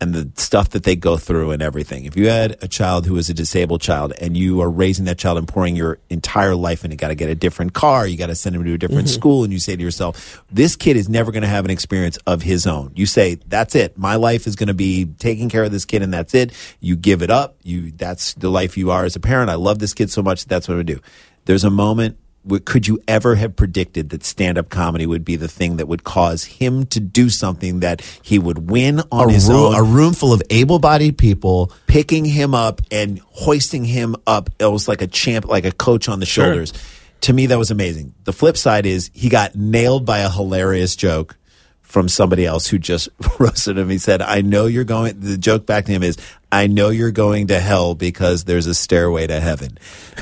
D: and the stuff that they go through and everything. If you had a child who is a disabled child and you are raising that child and pouring your entire life in it, got to get a different car, you got to send him to a different school, and you say to yourself, this kid is never going to have an experience of his own. You say, that's it. My life is going to be taking care of this kid, and that's it. You give it up. You that's the life you are as a parent. I love this kid so much. That's what I do. There's a moment w- could you ever have predicted that stand-up comedy would be the thing that would cause him to do something that he would win on
C: a,
D: his
C: roo-
D: own
C: a room full of able-bodied people
D: picking him up and hoisting him up it was like a champ like a coach on the shoulders to me that was amazing the flip side is he got nailed by a hilarious joke from somebody else who just roasted him he said i know you're going the joke back to him is i know you're going to hell because there's a stairway to heaven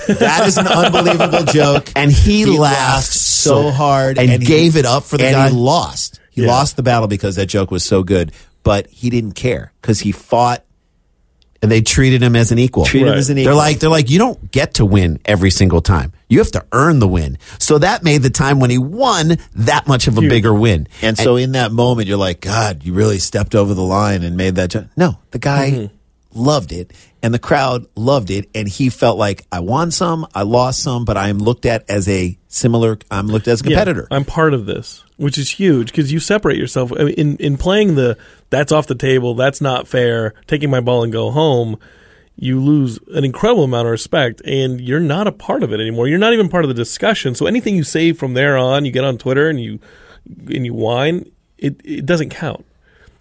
C: That is an unbelievable joke. And he, laughed so hard and,
D: he-
C: gave it up for the
D: and
C: guy.
D: He lost. He lost the battle because that joke was so good, but he didn't care because he fought.
C: and they treated him as an equal.
D: Treated him as an
C: They're
D: equal.
C: like they're like you don't get to win every single time. You have to earn the win. So that made the time when he won that much of a bigger win.
D: And so in that moment, you're like, God, you really stepped over the line and made that joke. No, the guy loved it, and the crowd loved it, and he felt like I won some, I lost some, but I am looked at as a similar. I'm looked at as a
B: Yeah,
D: competitor.
B: I'm part of this, which is huge because you separate yourself I mean, in in playing the that's off the table, that's not fair, taking my ball and go home. You lose an incredible amount of respect, and you're not a part of it anymore. You're not even part of the discussion. So anything you say from there on, you get on Twitter and you and you whine, it it doesn't count.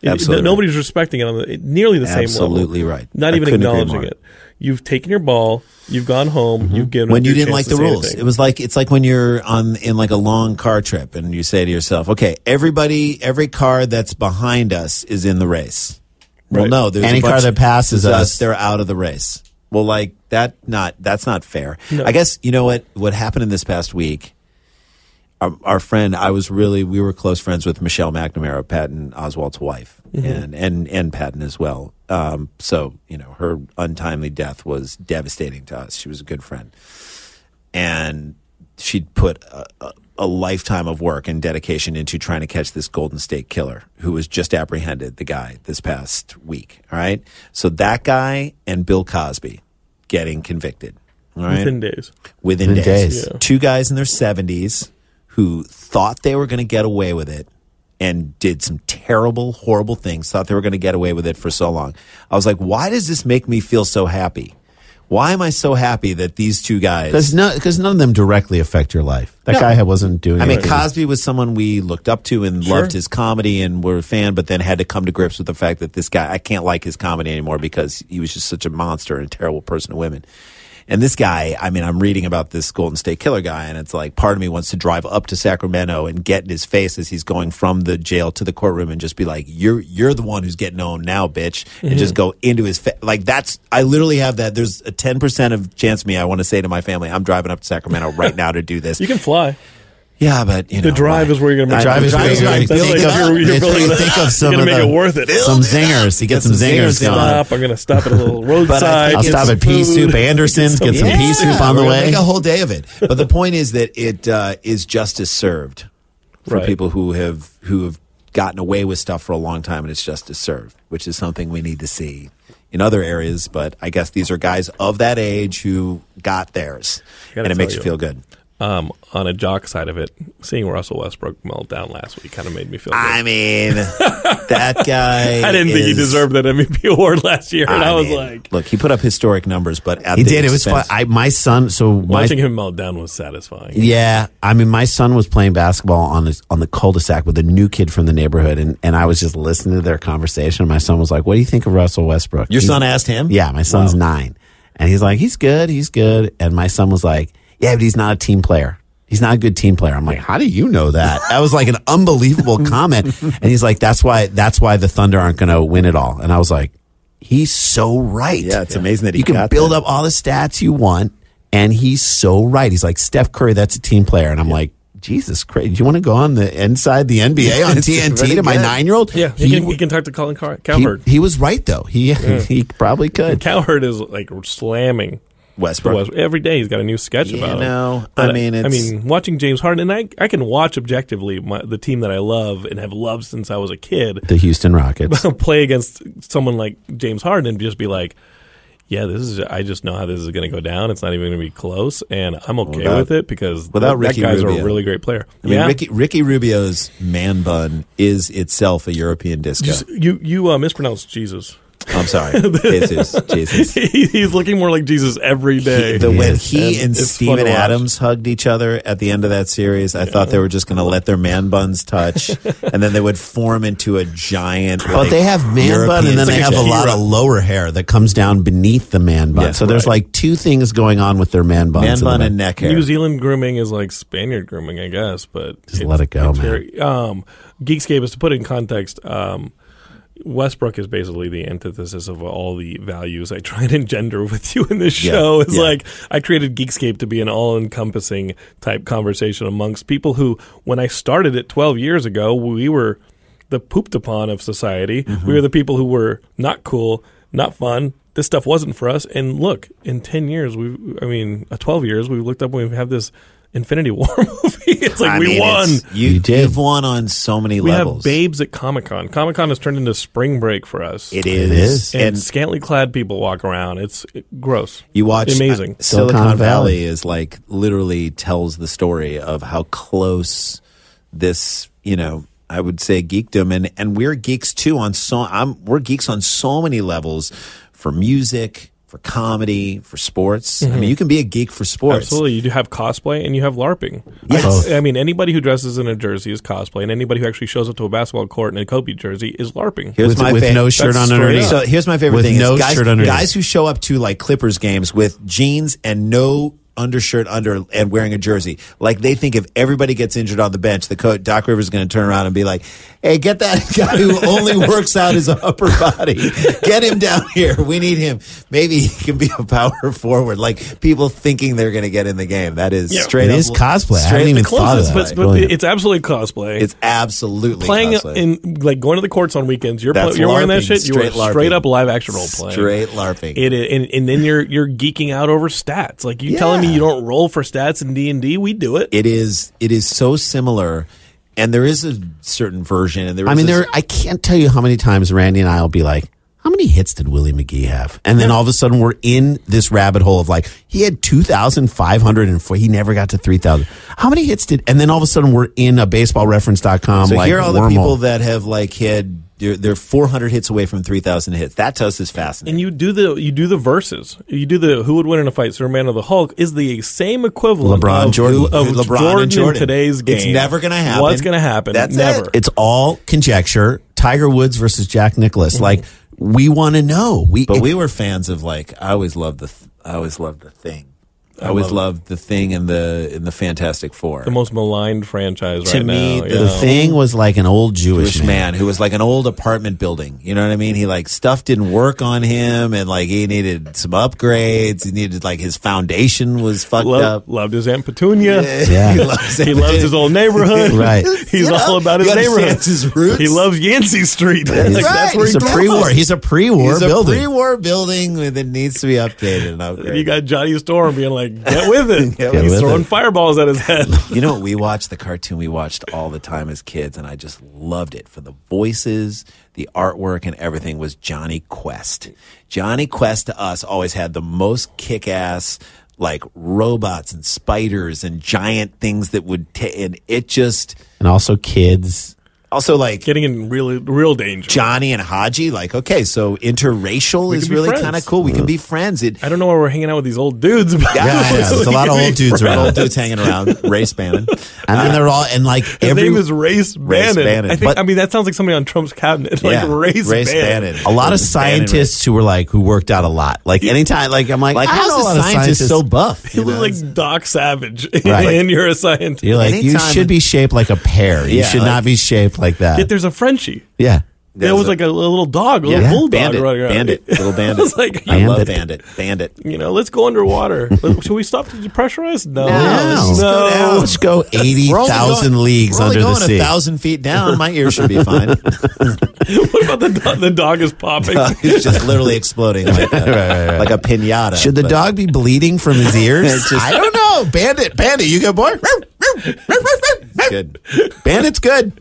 B: It-
D: Absolutely.
B: nobody's respecting it on the, it, nearly the same level.
D: Absolutely right.
B: Not
D: I
B: even
D: couldn't agree
B: acknowledging
D: more. Mm-hmm.
B: it. You've taken your ball. You've gone home. You've given
D: when
B: it
D: you
B: your chance
D: didn't like
B: to
D: the
B: say
D: rules.
B: anything.
D: It was like it's like when you're on in like a long car trip and you say to yourself, "Okay, everybody, every car that's behind us is in the race." Well,
B: Right.
D: no, there's
C: Any
D: a bunch-
C: car that passes us.
D: they're out of the race. Well, like that, not that's not fair. I guess you know what what happened in this past week. Our, our friend, I was really we were close friends with Michelle McNamara, Patton Oswald's wife, and and and Patton as well. Um, so you know, her untimely death was devastating to us. She was a good friend and she'd put a, a, a lifetime of work and dedication into trying to catch this Golden State killer who was just apprehended, the guy this past week. All right. So that guy and Bill Cosby getting convicted. All right
B: within days.
D: within,
C: Within
D: days.
C: days. Yeah.
D: Two guys in their 70s who thought they were going to get away with it and did some terrible, horrible things, thought they were going to get away with it for so long. I was like, why does this make me feel so happy? Why am I so happy that these two guys.
C: Because no, because none of them directly affect your life. That
D: No.
C: guy had- wasn't doing.
D: I mean,
C: anything.
D: Cosby was someone we looked up to and loved his comedy and were a fan, but then had to come to grips with the fact that this guy, I can't like his comedy anymore because he was just such a monster and a terrible person to women. And this guy, I mean, I'm reading about this Golden State Killer guy, and it's like part of me wants to drive up to Sacramento and get in his face as he's going from the jail to the courtroom and just be like, "You're you're the one who's getting owned now, bitch," and just
B: Mm-hmm.
D: go into his fa- like that's. I literally have that. There's a ten percent of chance me. I want to say to my family, I'm driving up to Sacramento right now to do this.
B: You can fly.
D: Yeah, but you
B: The
D: know,
B: drive
D: why?
B: is where you're gonna make
D: The
B: it.
D: drive
C: Travis
D: is
B: The
D: where
B: drive
C: Barker,
B: is
D: you're gonna
B: where
C: you
B: That's
D: build
B: like if you're- you're building
C: think of- it's where
D: it up.
C: you
B: it
C: think
B: up.
C: of some
B: You're
C: of
B: gonna make
C: the-
B: it worth it.
C: Some zingers. He gets some zingers
B: Stop.
C: going.
B: I'm gonna stop at a little
D: But I
B: roadside.
D: think
C: I'll
B: get
C: stop
B: some
C: at Pea
B: food.
C: Soup Anderson's. Get some
B: Yeah.
C: pea soup on the
D: we're gonna
C: way.
D: Make a whole day of it. But the point is that it uh, is justice served for
B: Right.
D: people who have who have gotten away with stuff for a long time, and it's justice served, which is something we need to see in other areas. But I guess these are guys of that age who got theirs,
B: gotta
D: and it
B: tell
D: makes
B: you.
D: you feel good.
B: Um, on a jock side of it, seeing Russell Westbrook melt down last week kind of made me feel. Good.
D: I
B: I,
D: mean, that guy.
B: didn't think he
D: is-
B: deserved that MVP award last year, and I, was
D: mean,
B: like,
D: look, he put up historic numbers, but at
C: He
D: the
C: did. It was fun.
D: expense-
C: I my son. So my
B: watching him melt down was satisfying.
C: Yeah, I mean, my son was playing basketball on this, on the cul-de-sac with a new kid from the neighborhood, and, and I was just listening to their conversation. My son was like, "What do you think of Russell Westbrook?"
D: Your
C: He's-
D: son asked him?
C: Yeah, my son's nine, and he's like, "He's good, he's good." And my son was like, "Yeah, but he's not a team player. He's not a good team player." I'm like, "How do you know that?" That was like an unbelievable comment, and he's like, "That's why that's why the Thunder aren't going to win it all." And I was like, "He's so right."
D: Yeah, it's amazing that he
C: you can
D: got
C: build
D: that.
C: up all the stats you want, and he's so right. He's like Steph Curry, that's a team player, and I'm like. Jesus Christ! You want to go on the inside the NBA on
D: It's
C: TNT
D: pretty
C: to my
D: good.
C: nine year old?
B: yeah. He, can, he can talk to Colin Cow-
C: he,
B: Cowherd.
C: he was right though. He he probably could.
B: Cowherd is like slamming
D: Westbrook.
B: Wes- every day he's got a new sketch
D: You
B: about him.
D: know,
B: But
D: I mean,
B: I
D: it's-
B: mean, watching James Harden, and I, I can watch objectively my, the team that I love and have loved since I was a kid
C: the Houston Rockets.
B: play against someone like James Harden and just be like, yeah, this is. I just know how this is going to go down. It's not even going to be close, and I'm okay
D: Without-
B: with it because
D: without
B: that
D: Ricky
B: guy's
D: Rubio.
B: a really great player.
D: I mean,
B: yeah,
D: Ricky, Ricky Rubio's man bun is itself a European disco.
B: Just- you you uh, mispronounced Jesus.
D: I'm sorry, Jesus, Jesus.
B: He- he's looking more like Jesus every day.
D: The, when
C: Yes.
D: he and,
B: it's fun
D: Steven
B: to watch.
D: Adams hugged each other at the end of that series, I thought they were just going to let their man buns touch, and then they would form into a giant.
C: But
D: like,
C: they have man bun,
D: European
C: and then they have a
D: suggestion.
C: lot of lower hair that comes down beneath the man bun.
D: Yeah,
C: so there's like two things going on with their man buns.
D: man
C: in the
D: bun
C: back.
D: and neck hair.
B: New Zealand grooming is like Spaniard grooming, I guess, but
C: Just let it go, man.
B: um, Geekscape is to put it in context. Um, Westbrook is basically the antithesis of all the values I try and engender with you in this
D: Yeah,
B: show. It's
D: yeah.
B: like I created Geekscape to be an all-encompassing type conversation amongst people who, when I started it 12 years ago, we were the pooped upon of society.
D: Mm-hmm.
B: We were the people who were not cool, not fun. This stuff wasn't for us. And look, in 10 years, we I mean, uh, 12 years, we've looked up and we have this Infinity War movie. It's like
D: I
B: we
D: mean,
B: won.
D: it's- You,
C: You did.
D: You've won on so many
B: We have
D: levels.
B: babes at Comic Con. Comic Con has turned into spring break for us.
D: It is.
C: It is.
B: and,
D: And
B: scantily clad people walk around. It's uh, gross.
D: you watch
B: Amazing.
D: uh, Silicon,
C: Silicon
D: Valley.
C: Valley.
D: is like literally tells the story of how close this, you know, I would say geekdom and and we're geeks too on so I'm we're geeks on so many levels for music, for comedy, for sports. I mean, you can be a geek for sports.
B: Mm-hmm. Absolutely, you do have cosplay and you have LARPing.
D: Yes.
B: I, I mean anybody who dresses in a jersey is cosplay, and anybody who actually shows up to a basketball court in a Kobe jersey is LARPing.
D: Here's
C: With-
D: my
C: with
D: fa-
C: no shirt
B: That's
C: on
B: straight
C: underneath.
B: up.
D: So here's my favorite
C: With
D: thing: is
C: no
D: guys,
C: shirt underneath.
D: guys who show up to like Clippers games with jeans and no undershirt under and wearing a jersey, like they think if everybody gets injured on the bench, the coach Doc Rivers is going to turn around and be like, "Hey, get that guy who only works out his upper body. Get him down here. We need him. Maybe he can be a power forward." Like people thinking they're going to get in the game. That is
B: Yeah.
D: straight
C: It
D: up
C: is cosplay. I
D: straight
C: hadn't
D: up
C: even
D: close-
C: thought of
B: But-
C: that.
B: but
C: Brilliant.
B: it's absolutely cosplay.
D: It's absolutely
B: playing
D: cosplay.
B: in like going to the courts on weekends. You're
D: That's
B: pl- you're wearing that
D: LARPing,
B: shit. You are
D: straight
B: straight
D: LARPing.
B: up live action role playing.
D: Straight LARPing.
B: It i- and, and then you're you're geeking out over stats. Like you telling me
D: Yeah.
B: you don't roll for stats in D and D. We do it.
D: it is it is so similar and there is a certain version and there is
C: I mean,
D: a-
C: there. I can't tell you how many times Randy and I will be like, "How many hits did Willie McGee have?" And then all of a sudden, we're in this rabbit hole of like, he had two thousand five hundred and four. He never got to three thousand. How many hits did? And then all of a sudden, we're in a baseballreference.com.
D: so
C: like,
D: here are all the
C: wormhole.
D: people that have like had they're, they're 400 hits away from 3000 hits that to us is fascinating
B: and you do the you do the verses. You do the who would win in a fight, Superman or the Hulk, is the same equivalent
C: LeBron,
B: of,
C: Jordan-
B: of
D: LeBron and
B: oh, Jordan, in
D: Jordan.
B: today's game.
D: It's never gonna happen.
B: What's going to happen?
D: That's
B: never.
D: it.
C: it's all conjecture. Tiger Woods versus Jack Nicholas. Like, we want to know. We
D: Mm-hmm. but we were fans of like i always loved the th- i always loved the thing i, always loved the thing and the in the fantastic four
B: the most maligned franchise
D: To
B: right
D: me,
B: now.
D: the
B: you
C: the
B: know?
C: thing was like an old Jewish,
D: Jewish man who was like an old apartment building. You know what I mean? He like stuff didn't work on him, and like he needed some upgrades. He needed like his foundation was fucked
B: Lo-
D: up.
B: loved his Aunt Petunia.
C: Yeah.
D: loves
B: He loves his old neighborhood.
C: Right.
B: He's
D: You know,
B: all about
D: you
B: his
D: understand
B: neighborhood.
D: his roots.
B: He loves Yancey Street.
D: That's
B: Like,
D: right.
B: that's where
C: He's a
D: He's
C: pre-war. He's a pre-war
D: It's
C: building.
D: a pre-war building that needs to be updated and upgraded.
B: he- you got Johnny Storm being like, "Get with it."
C: with
B: He's
C: it.
B: throwing fireballs at his head.
D: You know, we watched the cartoon we watched all the time as kids, and I just loved it for the voices, the artwork, and everything was Johnny Quest. Johnny Quest to us always had the most kick ass, like robots and spiders and giant things that would, ta and it just
C: and also kids.
D: also like
B: Getting in really real danger.
D: Johnny and Haji, like, okay, so interracial is
B: can be
D: really
B: friends.
D: kind of cool. We can be friends. It,
B: I don't know why we're hanging out with these old dudes. But
D: Yeah, I know.
C: There's a lot of old dudes around.
D: old dudes hanging around, Uh, race
C: And
D: banning.
C: then they're all and like
B: His
C: every
B: name is Race Bannon.
D: Bannon.
B: I think.
D: But-
B: I mean, that sounds like somebody on Trump's cabinet. Like
D: Yeah,
B: Race,
D: Race
B: Bannon.
D: Bannon.
C: a lot of
D: Race Bannon,
C: scientists who were like who worked out a lot. Like anytime, like I'm like,
D: Like,
C: I
D: how's
C: know a lot
D: a
C: of
D: scientist
C: scientists.
D: so buff?
B: You
D: You know,
B: look like Doc Savage,
C: Right.
B: and you're a scientist.
C: You're like you
D: Anytime-
C: should be shaped like a pear. You
D: Yeah,
C: should
D: like-
C: not be shaped like that.
B: Yet there's a Frenchie.
C: yeah,
B: It was like a, little dog, a little
C: Yeah.
B: bulldog
D: bandit,
B: running around.
D: bandit, little bandit.
B: I was like,
D: I love
C: Bandit.
D: bandit, bandit.
B: you know, let's go underwater. Let- Should we stop to depressurize? No.
C: No.
B: No.
C: Let's go eighty
D: We're only
C: thousand
D: going-
C: leagues
D: we're only
C: under the
D: going
C: sea.
D: A thousand feet down, my ear should be fine.
B: what about the dog? The dog is popping.
D: it's just literally exploding like a,
C: right.
D: like a pinata.
C: Should the
D: but-
C: dog be bleeding from his ears? I don't know. Bandit, bandit, you good boy?
D: Good.
C: Bandit's good.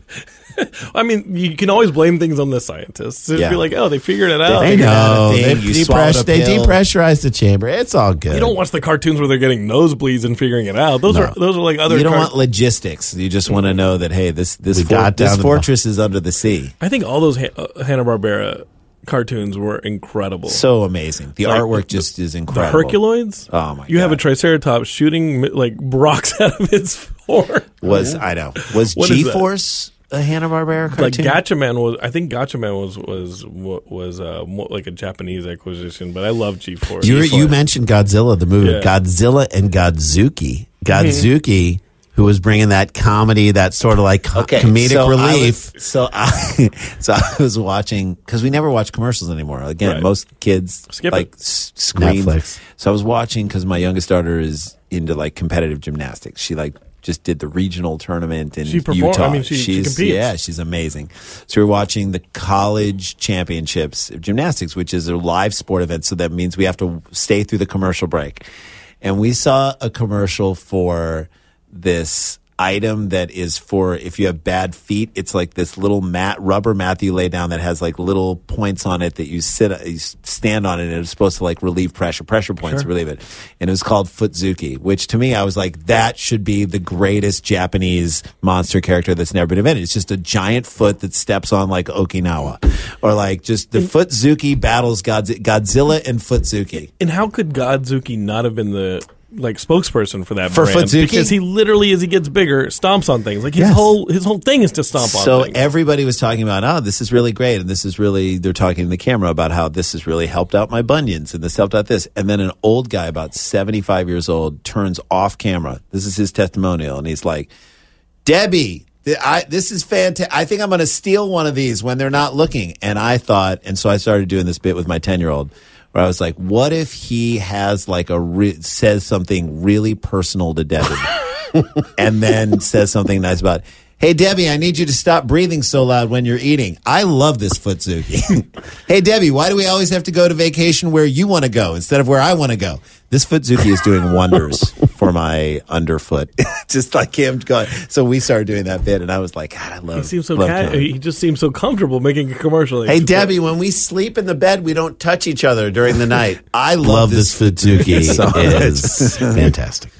B: I mean, you can always blame things on the scientists. It'd
D: Yeah.
B: be like, oh, they figured it out.
C: I
D: figured out
C: know.
D: a
C: They,
D: thing, you swallowed
C: depress-
D: a
C: they
D: pill.
C: depressurized the chamber. It's all good.
B: you don't watch the cartoons where they're getting nosebleeds and figuring it out. Those are those are like other.
D: You don't
B: car-
D: want logistics. You just want to know that hey, this this
C: We
D: for-
C: got down
D: this
C: the-
D: fortress is under the sea.
B: I think all those ha- Hanna Barbera cartoons were incredible.
D: So amazing. The
B: Like,
D: artwork just is
B: the
D: incredible.
B: Herculoids.
D: Oh, my
B: You have a
D: God.
B: Triceratops shooting like rocks out of its horn.
D: was I know was
B: What is
D: G
B: that?
D: Force a Hanna Barbera
B: like
D: cartoon?
B: Gatchaman was. I think Gatchaman was was was uh, more like a Japanese acquisition, but I love G Force.
C: You, you mentioned Godzilla, the movie.
B: Yeah.
C: Godzilla and Godzuki.
D: Mm-hmm.
C: Godzuki, who was bringing that comedy, that sort of like co- comedic
D: so I
C: relief.
D: was- so I so I was watching because we never watch commercials anymore. Again,
B: Right.
D: most kids
B: Skip
D: like
B: it.
D: s- screens.
C: Netflix.
D: So I was watching because my youngest daughter is into like competitive gymnastics. She like just did the regional tournament in
B: She perform-
D: Utah.
B: I mean, she- she
D: she's
B: competes.
D: yeah, she's amazing. So we're watching the college championships of gymnastics, which is a live sport event. So that means we have to stay through the commercial break. And we saw a commercial for this item that is for if you have bad feet, it's like this little mat, rubber mat that you lay down that has like little points on it that you sit, you stand on it, and it's supposed to like relieve pressure, pressure points to relieve it. And it was called Futzuki, which to me, I was like, that should be the greatest Japanese monster character that's never been invented. It's just a giant foot that steps on like Okinawa or like just the Futzuki battles Godzi- Godzilla and Futzuki.
B: and how could Godzuki not have been the like spokesperson for that
D: For
B: brand?
D: Futzuki?
B: Because he literally, as he gets bigger, stomps on things. Like his
C: Yes.
B: whole his whole thing is to stomp
D: So
B: on things.
D: everybody was talking about, oh, this is really great, and this is really. They're talking to the camera about how this has really helped out my bunions, and this helped out this. And then an old guy, about seventy-five years old, turns off camera. This is his testimonial, and he's like, "Debbie, th- I, this is fantastic. I think I'm going to steal one of these when they're not looking." And I thought, and so I started doing this bit with my ten-year-old. Where I was like, "What if he has like a re- says something really personal to Debbie?" and then says something nice about, "Hey Debbie, I need you to stop breathing so loud when you're eating. I love this futzuki. hey Debbie, why do we always have to go to vacation where you want to go instead of where I want to go? This futzuki is doing wonders for my underfoot. Just like him going. So we started doing that bit, and I was like, God, I love.
B: he seems so
D: love
B: ca-
D: John."
B: he just seems so comfortable making a commercial.
D: uh, Hey Debbie, when we sleep in the bed, we don't touch each other during the night. I love,
C: Love
D: this.
C: this Fuzuki.
D: so much.
C: is fantastic.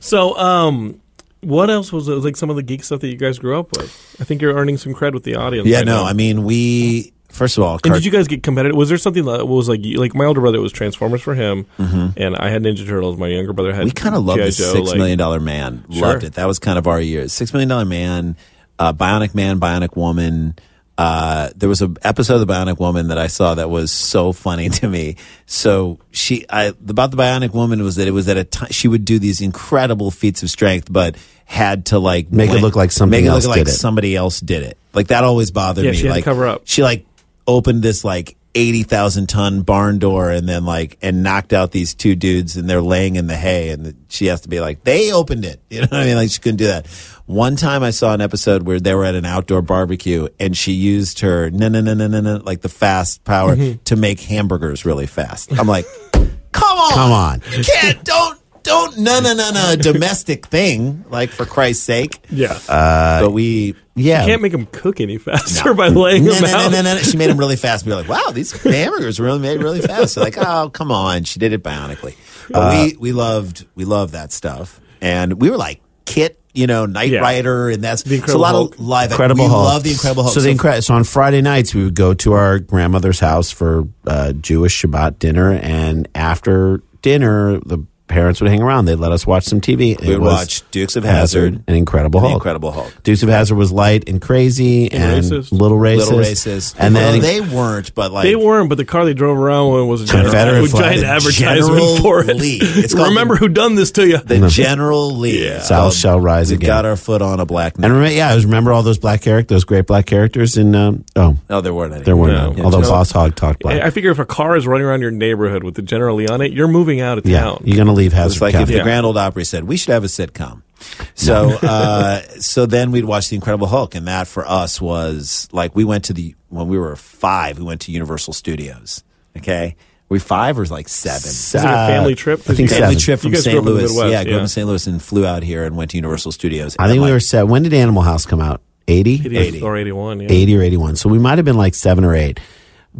B: So um. What else was uh, like some of the geek stuff that you guys grew up with? I think you're earning some cred with the audience.
D: yeah,
B: right
D: no,
B: now.
D: I mean we. First of all,
B: And
D: cart-
B: did you guys get competitive? Was there something that was like like my older brother was Transformers for him, and I had Ninja Turtles. My younger brother had
D: Mm-hmm. we kind of loved
B: G.I.
D: the
B: Joe,
D: Six
B: like-
D: Million Dollar Man. Loved it. That was kind of our years. Six Million Dollar Man, uh, Bionic Man, Bionic Woman. Uh, there was an episode of the Bionic Woman that I saw that was so funny to me. So she, I, about the Bionic Woman was that it was at a time she would do these incredible feats of strength, but had to like
C: Make it
D: blan-
C: look like something
D: make it
C: else
D: look like
C: did it.
D: somebody else did it. Like that always bothered
B: Yeah,
D: me.
B: she had to
D: like
B: cover up.
D: she like opened this like 80,000 ton barn door and then like and knocked out these two dudes and they're laying in the hay and the, she has to be like they opened it you know what I mean like she couldn't do that one time I saw an episode where they were at an outdoor barbecue and she used her no no no no no no like the fast power
C: Mm-hmm.
D: to make hamburgers really fast I'm like come on
C: Come on.
D: you can't don't don't no no no no domestic thing like for Christ's sake
B: Yeah,
D: but we
C: Uh, Yeah.
B: can't make him cook any faster by laying
D: uh, no,
B: him
D: no, no,
B: out.
D: no, no, no. She made them really fast. We were like, wow, these hamburgers were really made really fast. They're like, oh, come on. She did it bionically. But
C: Uh,
D: we, we loved we loved that stuff. And we were like Kit, you know, Knight
B: Yeah.
D: Rider, and that's
B: The
D: so a lot
B: Incredible Hulk.
D: of live
C: Incredible
D: we
C: Hulk.
D: love the Incredible Hulk.
C: So, the incre- so on Friday nights, we would go to our grandmother's house for uh, Jewish Shabbat dinner, and after dinner, the parents would hang around. They'd let us watch some TV.
D: We would
C: was
D: watch Dukes of Hazard,
C: and Incredible
D: The
C: Hulk.
D: Incredible Hulk.
C: Dukes of Hazard was light and crazy and,
B: racist.
C: little racist,
D: Little racist.
C: and then
D: Well, they weren't, but like
B: They weren't, but the car they drove around with was a giant,
C: Confederate
B: with
C: flag.
B: giant
C: The
B: advertisement
D: General
B: for it.
D: Lee. It's called
B: Remember
D: the-
B: who done this to you?
D: the General Lee.
C: Mm-hmm. South shall rise
D: we
C: again.
D: got our foot on a black
C: and
D: man.
C: remember, yeah, I was remember all those black characters, those great black characters in um, oh
D: No, there weren't any.
C: there were
B: No.
C: none.
B: Yeah,
C: Although
B: no.
C: Boss Hogg talked black.
B: I I figure if a car is running around your neighborhood with the General Lee on it, you're moving out of
C: yeah,
B: town.
C: you're gonna leave Hazard
D: It's like if
C: County.
D: the Grand Old Opry said we should have a sitcom. So, uh, so then we'd watch The Incredible Hulk, and that for us was like we went to the when we were five. We went to Universal Studios. Okay, were we five or like seven?
B: Was it a family trip?
C: I think
B: You guys-
C: seven.
D: Family trip
B: you
D: from
B: guys grew
D: St.
B: up in the
D: Louis.
B: Midwest,
D: yeah, I grew up
B: yeah.
D: in St. Louis and flew out here and went to Universal Studios.
C: I think
D: And,
C: we
D: like,
C: were set. When did Animal House come out? 80?
B: 80 or 81. Yeah.
C: 80 or 81. So we might have been like seven or eight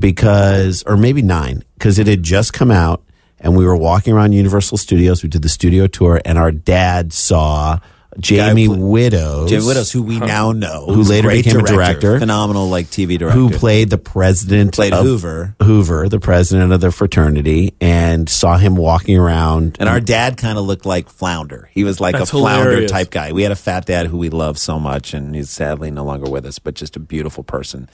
C: because, or maybe nine, because it had just come out and we were walking around Universal Studios. We did the studio tour and our dad saw Jamie
D: pl-
C: Widows.
D: Jay Widows, who we now know,
C: Who
D: who's
C: later
D: great
C: became a director.
D: phenomenal like TV director,
C: Who played the president?
D: Played
C: of
D: Hoover.
C: Hoover, the president of the fraternity, and saw him walking around.
D: And our dad kind of looked like Flounder. He was like
B: Mm. That's
D: a Flounder
B: hilarious.
D: type guy. We had a fat dad who we loved so much, and he's sadly no longer with us, but just a beautiful person.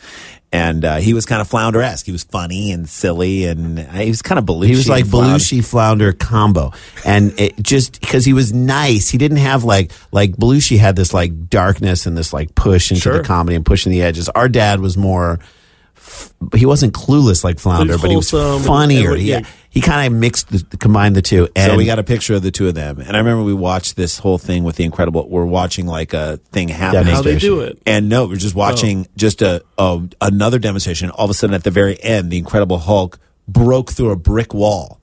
D: And uh, he was kind of Flounder esque. He was funny and silly, and uh, he was kind of Belushi.
C: He was like
D: and Flounder.
C: Belushi flounder combo, and it just because he was nice, he didn't have like like Belushi had this like darkness and this like push into
B: Sure.
C: the comedy and pushing the edges. Our dad was more. f- He wasn't clueless like Flounder, but he was
B: wholesome and-
C: funnier.
B: and-
C: yeah, he kind of mixed, the, combined the two, and
D: So we got a picture of the two of them, and I remember we watched this whole thing with the incredible. We're watching like a thing happening.
B: How they do it.
D: And no, we're just watching
B: Oh.
D: just a, a another demonstration. All of a sudden, at the very end, the Incredible Hulk broke through a brick wall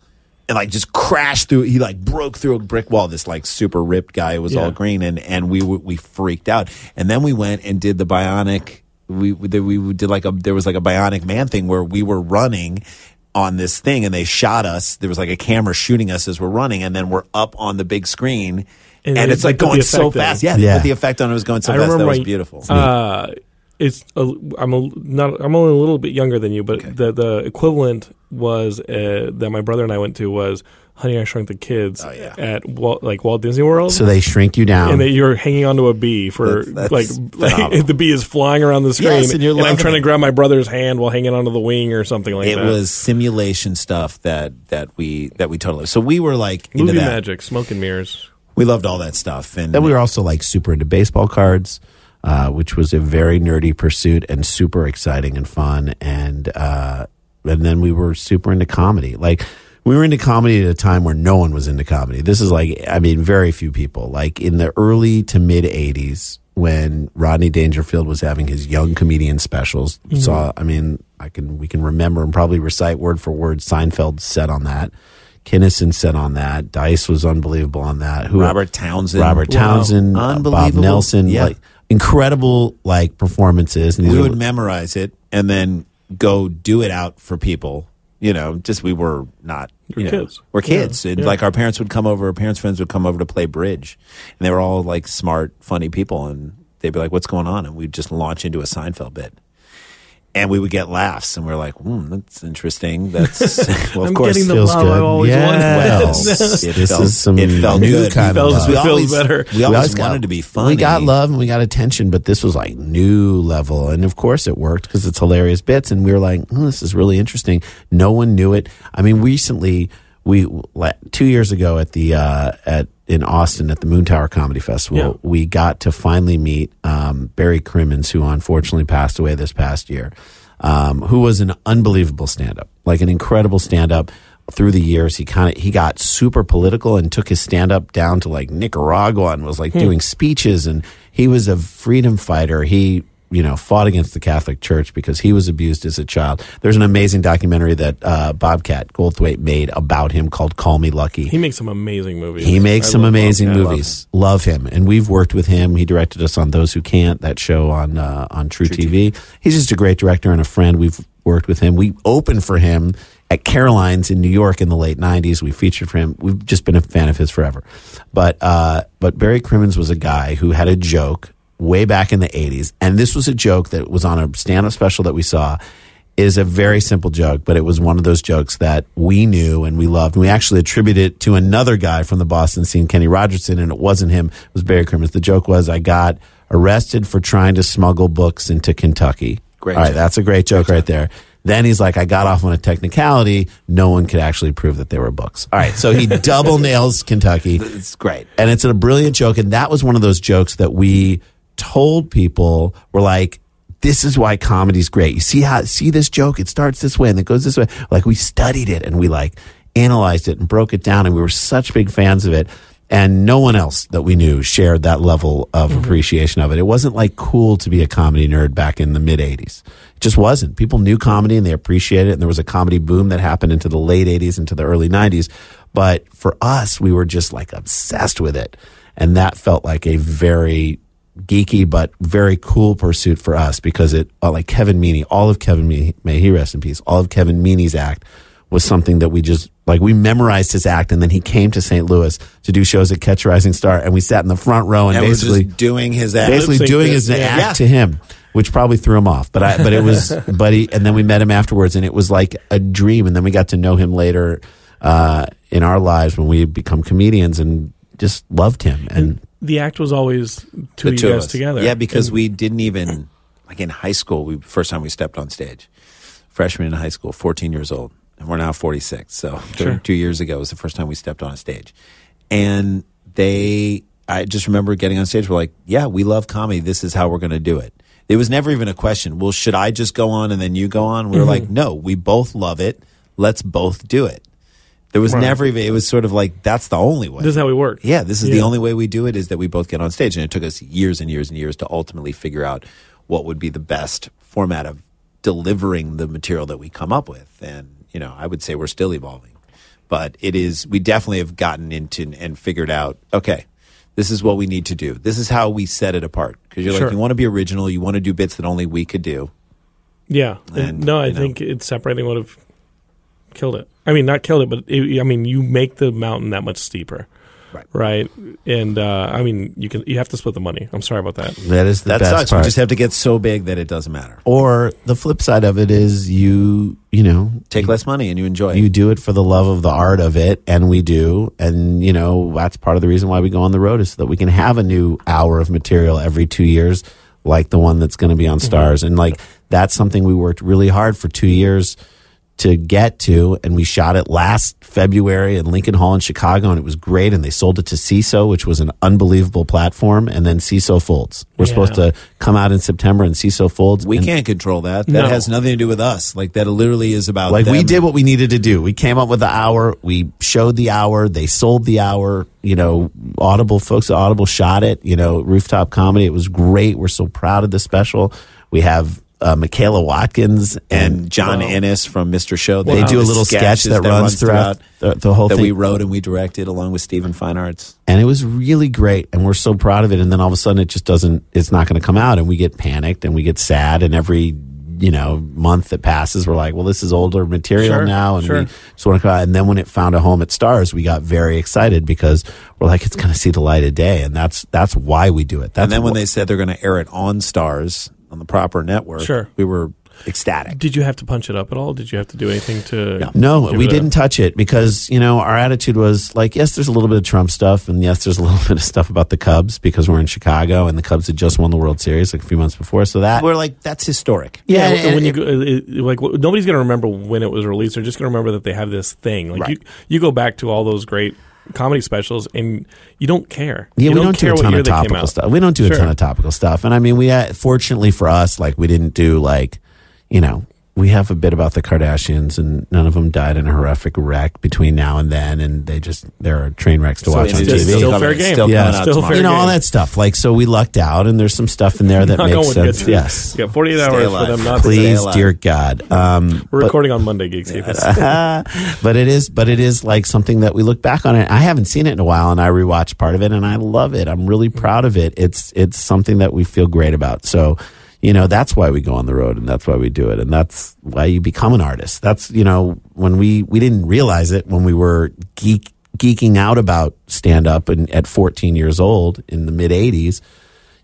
D: and like just crashed through. He like broke through a brick wall. This like super ripped guy who was
B: Yeah.
D: all green, and and we were- we freaked out. And then we went and did the bionic. We we we did like a there was like a bionic man thing where we were running. On this thing, and they shot us. There was like a camera shooting us as we're running, and then we're up on the big screen,
B: And
D: and,
B: they-
D: it's like
B: they put the
D: going so
B: effect in.
D: fast. Yeah,
C: Yeah.
D: yeah. Put the effect on it was going so
B: I
D: fast. That
B: remember
D: was
B: my-
D: beautiful.
B: Uh, it's a, I'm a, not I'm only a little bit younger than you, but the the equivalent was uh, that my brother and I went to was Honey I Shrunk the Kids
D: Oh, yeah.
B: at Walt, like Walt Disney World.
C: so they shrink you down.
B: and that you're hanging onto a bee for
D: That's- that's
B: like,
D: phenomenal.
B: like the bee is flying around the screen,
D: Yes, and you're
B: I'm
D: loving
B: trying to
D: it.
B: grab my brother's hand while hanging onto the wing or something like
D: it
B: that.
D: was simulation stuff that that we that we totally. So we were like into
B: movie
D: that.
B: magic, smoke and mirrors.
D: We loved all that stuff, and
C: Then we were also like super into baseball cards, uh, which was a very nerdy pursuit and super exciting and fun. And uh, and then we were super into comedy. Like we were into comedy at a time where no one was into comedy. This is like I mean, very few people. Like in the early to mid '80s, when Rodney Dangerfield was having his young comedian specials.
D: Mm-hmm.
C: Saw I mean, I can we can remember and probably recite word for word. Seinfeld said on that. Kinnison said on that. Dice was unbelievable on that. Who
D: Robert Townsend,
C: Robert Townsend, uh, Bob
D: Unbelievable.
C: Nelson,
D: Yeah.
C: like incredible like performances. And these
D: we
C: are-
D: would memorize it and then go do it out for people. You know, just we were not
B: We're
D: you know,
B: kids.
D: We're kids. And like our parents would come over, our parents' friends would come over to play bridge, and they were all like smart, funny people, and they'd be like, "What's going on?" And we'd just launch into a Seinfeld bit. And we would get laughs, and we're like, hmm, "That's interesting." That's well, of
B: I'm
D: course,
B: getting the
C: feels
B: love I've
C: good.
B: always
C: Yeah.
D: well,
C: Yes.
B: wanted.
C: This is some new kind of
D: felt-
C: love.
D: We
B: Feels
D: always,
B: better.
D: We always,
C: got-
D: wanted to be funny.
C: We got love and we got attention, but this was like new level. And of course, it worked because it's hilarious bits. And we were like, "Hmm, this is really interesting. No one knew it. I mean, recently, we like, two years ago at the uh, at in Austin at the Moon Tower Comedy Festival,
B: Yeah.
C: we got to finally meet um, Barry Crimmins, who unfortunately passed away this past year, um, who was an unbelievable stand up, like an incredible stand up. Through the years, he kind of he got super political and took his stand up down to like Nicaragua and was like doing speeches. And he was a freedom fighter. He you know fought against the Catholic Church because he was abused as a child. There's an amazing documentary that uh, Bobcat Goldthwait made about him called "Call Me Lucky."
B: He makes some amazing movies.
C: He makes
B: I
C: some
B: love
C: amazing
B: Bobcat.
C: movies. Love him. and we've worked with him. He directed us on Those Who Can't, that show on uh, on True, TV. He's just a great director and a friend. We've worked with him. We opened for him at Caroline's in New York in the late '90s. We featured for him. We've just been a fan of his forever. But uh, but Barry Crimmins was a guy who had a joke way back in the '80s, and this was a joke that was on a stand-up special that we saw. is a very simple joke, but it was one of those jokes that we knew and we loved. And we actually attribute it to another guy from the Boston scene, Kenny Rogerson, and it wasn't him. It was Barry Crimmins. The joke was, I got arrested for trying to smuggle books into Kentucky.
D: Great
C: All right,
D: joke.
C: that's a great joke right there. Then he's like, I got off on a technicality. No one could actually prove that they were books. All right, so he double nails Kentucky.
D: It's great.
C: And it's a brilliant joke. And that was one of those jokes that we told people were like, this is why comedy's great. You see how, see this joke? It starts this way and it goes this way. Like we studied it and we like analyzed it and broke it down. And we were such big fans of it. And no one else that we knew shared that level of appreciation of it. It wasn't like cool to be a comedy nerd back in the mid 80s. It just wasn't. People knew comedy and they appreciated it. And there was a comedy boom that happened into the late 80s, into the early 90s. But for us, we were just like obsessed with it. And that felt like a very geeky but very cool pursuit for us because it, uh, like Kevin Meaney, all of Kevin Meaney, may he rest in peace, all of Kevin Meaney's act was something that we just, like, we memorized his act. And then he came to St. Louis to do shows at Catch a Rising Star. And we sat in the front row and,
D: And we're
C: basically
D: just doing his act.
C: basically
B: Lip-sync
C: doing
B: it.
C: his
B: Yeah.
C: act to him, which probably threw him off. But I, but it was, but he, and then we met him afterwards, and it was like a dream. And then we got to know him later uh, in our lives when we had become comedians, and just loved him. And
B: The act was always two
D: the
B: of
D: two
B: you
D: of
B: guys
D: us.
B: together.
D: Yeah, because
B: And
D: we didn't even like in high school. We first time we stepped on stage, freshman in high school, fourteen years old, and we're now forty six. So two- two years ago was the first time we stepped on a stage, and they. I just remember getting on stage. We're like, yeah, we love comedy. This is how we're going to do it. It was never even a question. Well, should I just go on and then you go on? We
B: Mm-hmm.
D: were like, no, we both love it. Let's both do it. There was never even. It was sort of like that's the only way.
B: this is how we work.
D: Yeah, this is the
B: Yeah.
D: only way we do it is that we both get on stage. And it took us years and years and years to ultimately figure out what would be the best format of delivering the material that we come up with. And, you know, I would say we're still evolving. But it is, we definitely have gotten into and figured out, okay, this is what we need to do. This is how we set it apart. Because you're
B: Sure.
D: like, you want to be original, you want to do bits that only we could do.
B: Yeah. And,
D: And,
B: no, I
D: you know.
B: think it's separating would have killed it. I mean, not killed it, but it, I mean, you make the mountain that much steeper.
D: Right.
B: Right. And uh, I mean, you can you have to split the money. I'm sorry about that.
C: that is the
D: That
C: best
D: sucks.
C: part.
D: We just have to get so big that it doesn't matter.
C: or the flip side of it is you, you know,
D: Take less money and you enjoy
C: you
D: it.
C: do it for the love of the art of it, and we do. And, you know, that's part of the reason why we go on the road is so that we can have a new hour of material every two years, like the one that's going to be
D: Mm-hmm.
C: on Stars. And, like, that's something we worked really hard for two years to get to. And we shot it last February in Lincoln Hall in Chicago, and it was great. And they sold it to CISO, which was an unbelievable platform. And then CISO folds. We're
B: Yeah.
C: supposed to come out in September, and CISO folds.
D: We
C: and-
D: can't control that. That
B: No.
D: has nothing to do with us. Like, that literally is about
C: like we
D: them.
C: did what we needed to do. We came up with the hour. We showed the hour. They sold the hour. You know, Audible folks at Audible shot it. You know, rooftop comedy. It was great. We're so proud of the special. We have uh, Michaela Watkins and
B: Oh,
D: and John Ennis from Mr. Show.
C: They do a
D: did
C: little sketch
D: Oh, sketches
C: that runs throughout the- the whole
D: that we
C: thing.
D: wrote and we directed along with Stephen Fine Arts.
C: and it was really great and we're so proud of it and then all of a sudden it just doesn't it's not going to come out and we get panicked and we get sad and every you know month that passes we're like well this is older material
B: Sure,
C: now and
B: sure.
C: we just want to come out and then when it found a home at stars we got very excited because we're like it's going to see the light of day and that's that's why we do it that's
D: And then when
C: wh-
D: they said they're going to air it on Stars on the proper network,
B: Sure.
D: we were ecstatic.
B: Did you have to punch it up at all? Did you have to do anything to?
C: No,
B: give
C: we
B: it a-
C: didn't touch it because, you know, our attitude was like, yes, there's a little bit of Trump stuff, and yes, there's a little bit of stuff about the Cubs because we're in Chicago and the Cubs had just won the World Series like a few months before. So that
D: We're like, that's historic.
B: Yeah,
C: and- and-
B: when you go, uh, it, it- like w- nobody's going to remember when it was released. They're just going to remember that they have this thing. Like you, you go back to all those great comedy specials, and you don't care.
C: Yeah,
B: You
C: we don't,
B: care
C: do
B: what
C: a ton
B: year
C: of
B: they came
C: topical
B: out.
C: stuff. We don't do a
B: Sure.
C: ton of topical stuff. And I mean, we uh, fortunately for us, like we didn't do like, you know, we have a bit about the Kardashians, and none of them died in a horrific wreck between now and then, and they just there are train wrecks to watch
D: it's
C: on TV.
D: just
B: Still
D: coming-
B: fair game.
D: Still
C: Yeah.
D: coming out
B: Still
D: tomorrow.
B: fair
C: you know
B: game.
C: all that stuff. Like, so we lucked out, and there's some stuff in there that
B: Knock
C: makes
B: on wood,
C: sense.
B: good.
C: Yes,
B: You got 48 hours
D: alive.
B: for them not to.
C: please,
D: alive.
C: dear God. Um,
B: We're
C: but-
B: recording on Monday, Geekscape.
C: but it is but it is like something that we look back on it i haven't seen it in a while and i rewatched part of it and i love it i'm really proud of it it's it's something that we feel great about so you know that's why we go on the road and that's why we do it and that's why you become an artist that's you know when we we didn't realize it when we were geek geeking out about stand up and at 14 years old in the mid 80s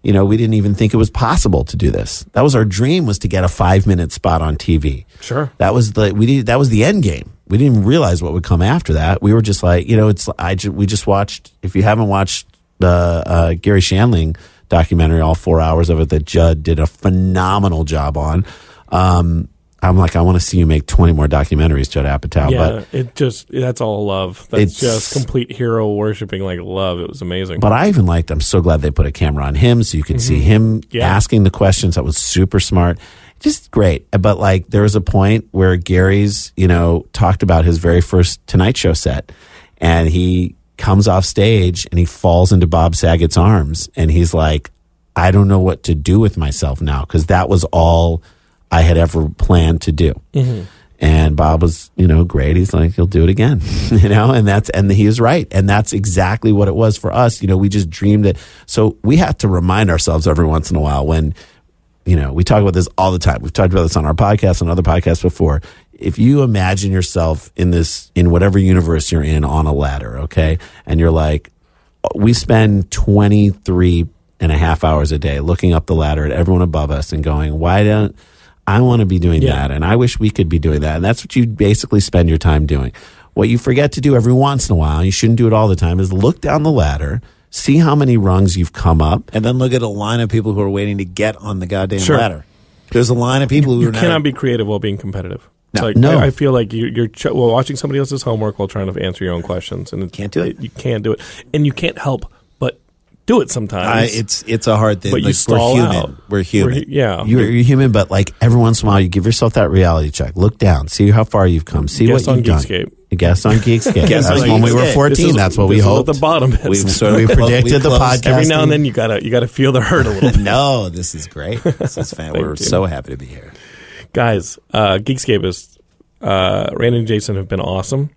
C: you know, we didn't even think it was possible to do this. That was our dream was to get a five minute spot on TV.
B: Sure.
C: That was the we did, that was the end game. We didn't even realize what would come after that. We were just like, you know, it's I ju- we just watched. If you haven't watched the uh, Gary Shandling documentary, all four hours of it that Judd did a phenomenal job on. Um, I'm like, I want to see you make 20 more documentaries, Judd Apatow. But
B: Yeah, it just that's all love. That's
C: It's-
B: just complete hero worshiping, like love. It was amazing.
C: But I even liked. I'm so glad they put a camera on him so you could see him
B: Yeah.
C: asking the questions. That was super smart. Just great. But like there was a point where Gary's, you know, talked about his very first Tonight Show set and he comes off stage and he falls into Bob Saget's arms and he's like, I don't know what to do with myself now because that was all I had ever planned to do. And Bob was, you know, great. He's like, he'll do it again, you know, and that's, and he was right. And that's exactly what it was for us. You know, we just dreamed it. So we have to remind ourselves every once in a while when, you know, we talk about this all the time. We've talked about this on our podcast and other podcasts before. If you imagine yourself in this, in whatever universe you're in on a ladder, okay, and you're like, we spend 23 and a half hours a day looking up the ladder at everyone above us and going, why don't I want to be doing
B: Yeah.
C: that? And I wish we could be doing that. And that's what you basically spend your time doing. What you forget to do every once in a while, you shouldn't do it all the time, is look down the ladder, see how many rungs you've come up.
D: And then look at a line of people who are waiting to get on the goddamn
B: Sure.
D: ladder. There's a line of people who
B: you
D: are not-
B: cannot be creative while being competitive.
D: No.
B: like,
C: No.
B: I, I feel like you, you're ch- well, watching somebody else's homework while trying to answer your own questions, and it,
D: Can't do it.
B: You can't do it, and you can't help but do it
D: I,
B: sometimes.
D: it's it's a hard thing.
B: but you
D: Like,
B: stall
D: we're human.
B: out.
D: We're human.
B: hu- yeah,
C: You're, you're human, but like every once in a while, you give yourself that reality check. Look down, see how far you've come, see
B: Guest
C: what
B: on
C: you've
B: Geekscape.
C: done. Guest on Geekscape.
D: Guest
C: That's
D: on
C: when we were
D: Geekscape.
C: 14.
B: This is-
C: That's what
B: this
C: we
B: is
C: hoped.
B: the bottom is.
D: We've sort
C: we
D: of clo-
C: predicted
D: we
C: the
D: closed-
C: podcast.
B: Every now and then you gotta you gotta feel the hurt a little bit,
D: No, this is great. This is fan. we're
B: you.
D: so happy to be here.
B: guys. Uh, Geekscape is uh, Randy and Jason have been awesome,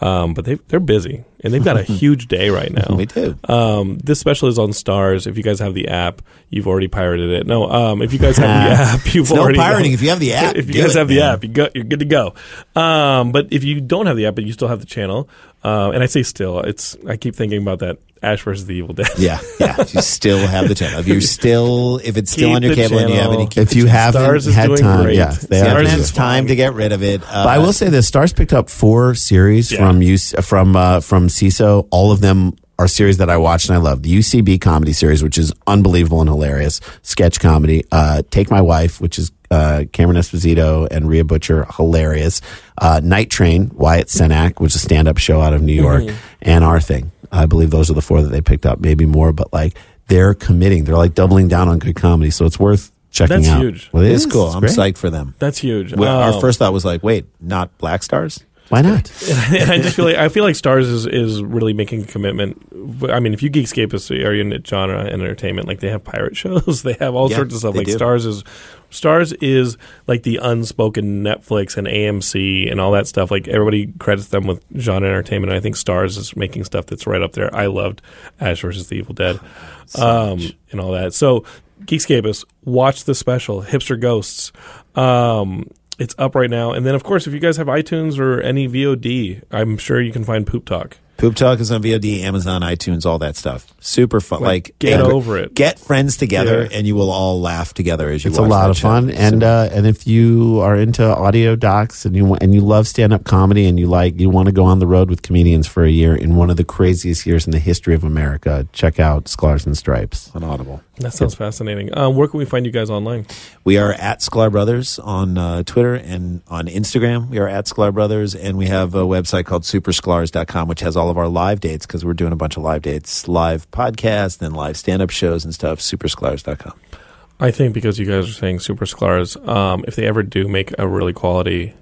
B: um, but they they're busy and they've got a huge day right now.
D: We do.
B: Um, this special is on Stars. If you guys have the app, you've already pirated it. No, um, if you guys have the app, you've
D: no
B: already
D: pirating. If you have the app,
B: if you
D: do
B: guys
D: it,
B: have the
D: man.
B: app, you go, you're good to go. Um, but if you don't have the app, but you still have the channel, uh, and I say still, it's I keep thinking about that Ash versus the Evil Dead.
D: Yeah, yeah. If you still have the channel. If you're still, if it's still
B: Keep
D: on your
B: the
D: cable and you have
B: channel.
D: any, keep
C: if you
D: the
C: haven't
B: Stars is
C: had
B: doing
C: time,
B: great.
C: yeah, they
B: Stars
C: are
B: is
C: doing
D: it's
C: great.
D: time to get rid of it. Uh,
C: But I will say this: Stars picked up four series
B: Yeah.
C: from UC, from uh, from CISO. All of them are series that I watched and I love. The UCB comedy series, which is unbelievable and hilarious, sketch comedy. Uh, Take My Wife, which is uh, Cameron Esposito and Rhea Butcher, hilarious. Uh, Night Train, Wyatt Cenac, which is a stand up show out of New York, and Our Thing. I believe those are the four that they picked up, maybe more, but like they're committing. They're like doubling down on good comedy, so it's worth checking
B: That's
C: out.
B: huge.
C: Well,
D: it is cool.
C: It's
D: I'm
C: great. Oh.
D: psyched for them.
B: That's huge.
D: Well,
B: Um,
D: Our first thought was like, wait, not Black Stars.
C: Why not?
B: and I just feel like I feel like Stars is, is really making a commitment. But, I mean, if you Geekscape is are in a genre and entertainment, like they have pirate shows, they have all
D: Yeah,
B: sorts of stuff.
D: they
B: Like
D: do.
B: Stars is Stars is like the unspoken Netflix and AMC and all that stuff. Like everybody credits them with genre entertainment. And I think Stars is making stuff that's right up there. I loved Ash versus the Evil Dead, um, and all that. So Geekscape is watch the special Hipster Ghosts. Um, it's up right now. And then, of course, if you guys have iTunes or any VOD, I'm sure you can find Poop Talk.
D: Poop Talk is on VOD, Amazon, iTunes, all that stuff. Super fun. Like,
B: get
D: and-
B: over it.
D: Get friends together,
B: Yeah.
D: and you will all laugh together as you.
C: It's a
D: watch
C: lot
D: that
C: of
D: show.
C: fun, and uh, and if you are into audio docs and you wa- and you love stand up comedy and you like you want to go on the road with comedians for a year in one of the craziest years in the history of America, check out Scars and Stripes.
D: on Audible.
B: That sounds fascinating. Um, where can we find you guys online?
D: We are at Sklar Brothers on uh, Twitter and on Instagram. We are at Sklar Brothers, and we have a website called supersklars.com, which has all of our live dates because we're doing a bunch of live dates, live podcasts, and live stand up shows and stuff. Supersklars.com.
B: I think because you guys are saying Super Sclars, um, if they ever do make a really quality,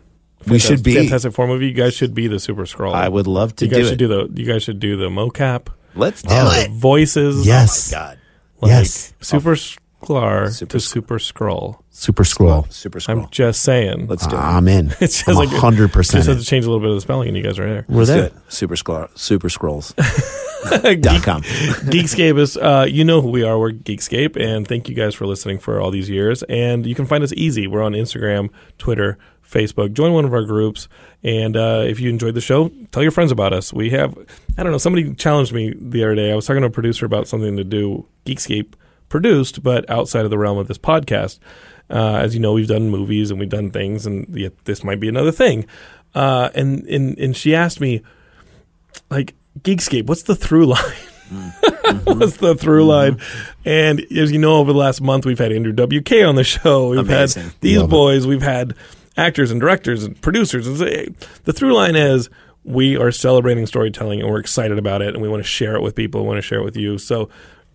D: We should
B: fantastic-
D: be.
B: fantastic form movie, you guys should be the Super Scroll.
D: I would love to
B: You guys
D: do it.
B: should do the. You guys should do the mocap,
D: Let's do
B: the
D: it.
B: voices.
C: Yes,
D: God.
B: like,
C: yes.
B: Super Sclar
D: Super
B: to Super Scroll.
C: Super Scroll.
D: Super
B: I'm Ah.
D: Scroll.
B: just saying.
D: Let's do it.
C: I'm in.
B: It's just
C: I'm
B: like-
C: hundred
B: just have to
C: percent.
B: change a little bit of the spelling, and you guys are there.
C: We're
D: Let's do
C: there.
D: it. Super, Sklar, super Scrolls.
B: Geek-
D: dot com.
B: Geekscape is, uh, you know who we are. We're Geekscape, and thank you guys for listening for all these years. And you can find us easy. We're on Instagram, Twitter, Facebook. Join one of our groups, and uh, if you enjoyed the show, tell your friends about us. We have, I don't know, somebody challenged me the other day. I was talking to a producer about something to do Geekscape produced, but outside of the realm of this podcast. Uh, as you know, we've done movies and we've done things, and yet this might be another thing. Uh, and and and she asked me, like, Geekscape, what's the through line? what's the through line? And as you know, over the last month, we've had Andrew WK on the show. We've
D: Amazing.
B: had these
C: Love it.
B: boys. We've had actors and directors and producers. And say, the through line is we are celebrating storytelling and we're excited about it and we want to share it with people. We want to share it with you. So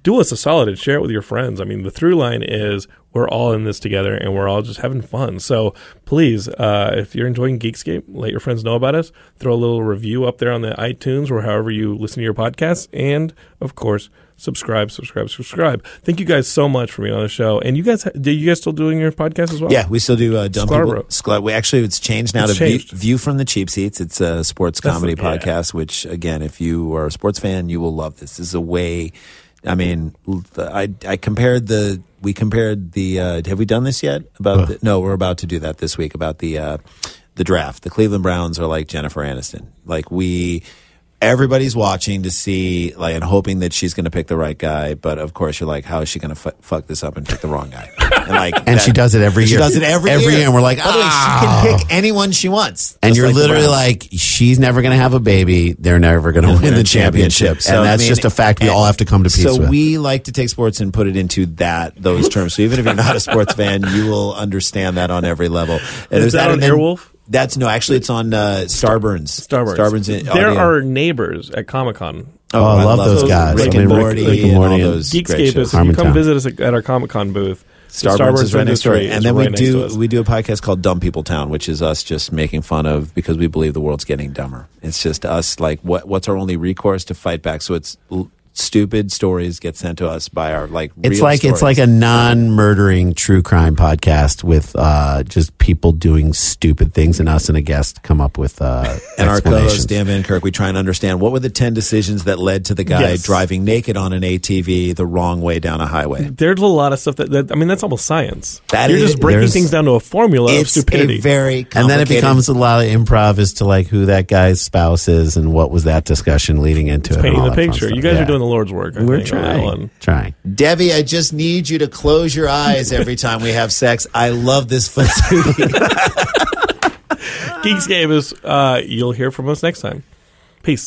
B: do us a solid and share it with your friends. I mean, the through line is we're all in this together and we're all just having fun. So please, uh, if you're enjoying Geekscape, let your friends know about us. Throw a little review up there on the iTunes or however you listen to your podcasts. And of course, subscribe, subscribe, subscribe. Thank you guys so much for being on the show. And you guys, do you guys still doing your podcast as well?
D: Yeah, we still do uh, dumb
B: Scarborough.
D: people. Scla- we actually it's changed now
B: It's
D: to
B: changed.
D: View, view from the cheap seats. It's a sports
B: That's
D: comedy
B: the- yeah.
D: podcast, which again, if you are a sports fan, you will love this. This is a way. I mean, l- I I compared the we compared the. Uh, have we done this yet? About the, no, we're about to do that this week about the uh, the draft. The Cleveland Browns are like Jennifer Aniston. Like we. Everybody's watching to see, like, and hoping that she's going to pick the right guy. But of course, you're like, how is she going to f- fuck this up and pick the wrong guy? And like,
C: And she does it every
D: she
C: year.
D: does it every
C: Every year, and we're like,
D: By the way, she
C: "Oh."
D: can pick anyone she wants.
C: and
D: just
C: you're
D: like the
C: literally
D: Browns.
C: like, she's never going to have a baby. They're never going to win the championship.
D: So,
C: and that's
D: I mean,
C: just a fact we
D: and-
C: all have to come to peace
D: So
C: with.
D: we like to take sports and put it into that those terms. So even if you're not a sports fan, you will understand that on every level. And there's
B: that
D: and
B: on
D: then-
B: Airwolf?
D: That's no, actually, it's on uh, Starburns.
B: Starburns.
D: Starburns. in-
B: there
D: audio.
B: are neighbors at Comic Con.
C: Oh, I love those
B: guys.
D: Rick
B: I
D: and
B: mean, Rick-
D: Morty,
C: Rick and
D: and all
C: Morty and
D: those great
B: Geekscape
D: shows.
B: is if you come
C: Harmontown.
B: visit us at our Comic Con booth.
D: Starburns, is right next door,
B: Industry
D: and
B: is
D: then
B: right
D: we
B: next to
D: do
B: us.
D: we do a podcast called Dumb People Town, which is us just making fun of because we believe the world's getting dumber. It's just us like what what's our only recourse to fight back? So it's l- stupid stories get sent to us by our like
C: it's
D: real
C: like it's like
D: stories.
C: a non-murdering true crime podcast with uh, just people doing stupid things, and us and a guest come up with uh,
D: and our
C: explanations.
D: co-host Dan Van Kirk, we try and understand what were the ten decisions that led to the guy
B: Yes.
D: driving naked on an ATV the wrong way down a highway.
B: There's a lot of stuff that, that I mean, that's almost science.
D: That
B: You're
D: is-
B: just breaking
C: there's-
B: things down to a formula of
D: It's
B: stupidity.
D: a very
C: and then it
D: complicated-
C: becomes a lot of improv as to like who that guy's spouse is and what was that discussion leading into it. and
B: painting
C: all
B: the
C: that fun
B: picture.
C: stuff.
B: You guys
C: Yeah.
B: are doing the Lord's work. I
C: We're
B: think, on that
C: trying,
B: one.
C: trying.
D: Debbie, I just need you to close your eyes every time we have sex. I love this foot.
B: Geekscape is. Uh, you'll hear from us next time. Peace.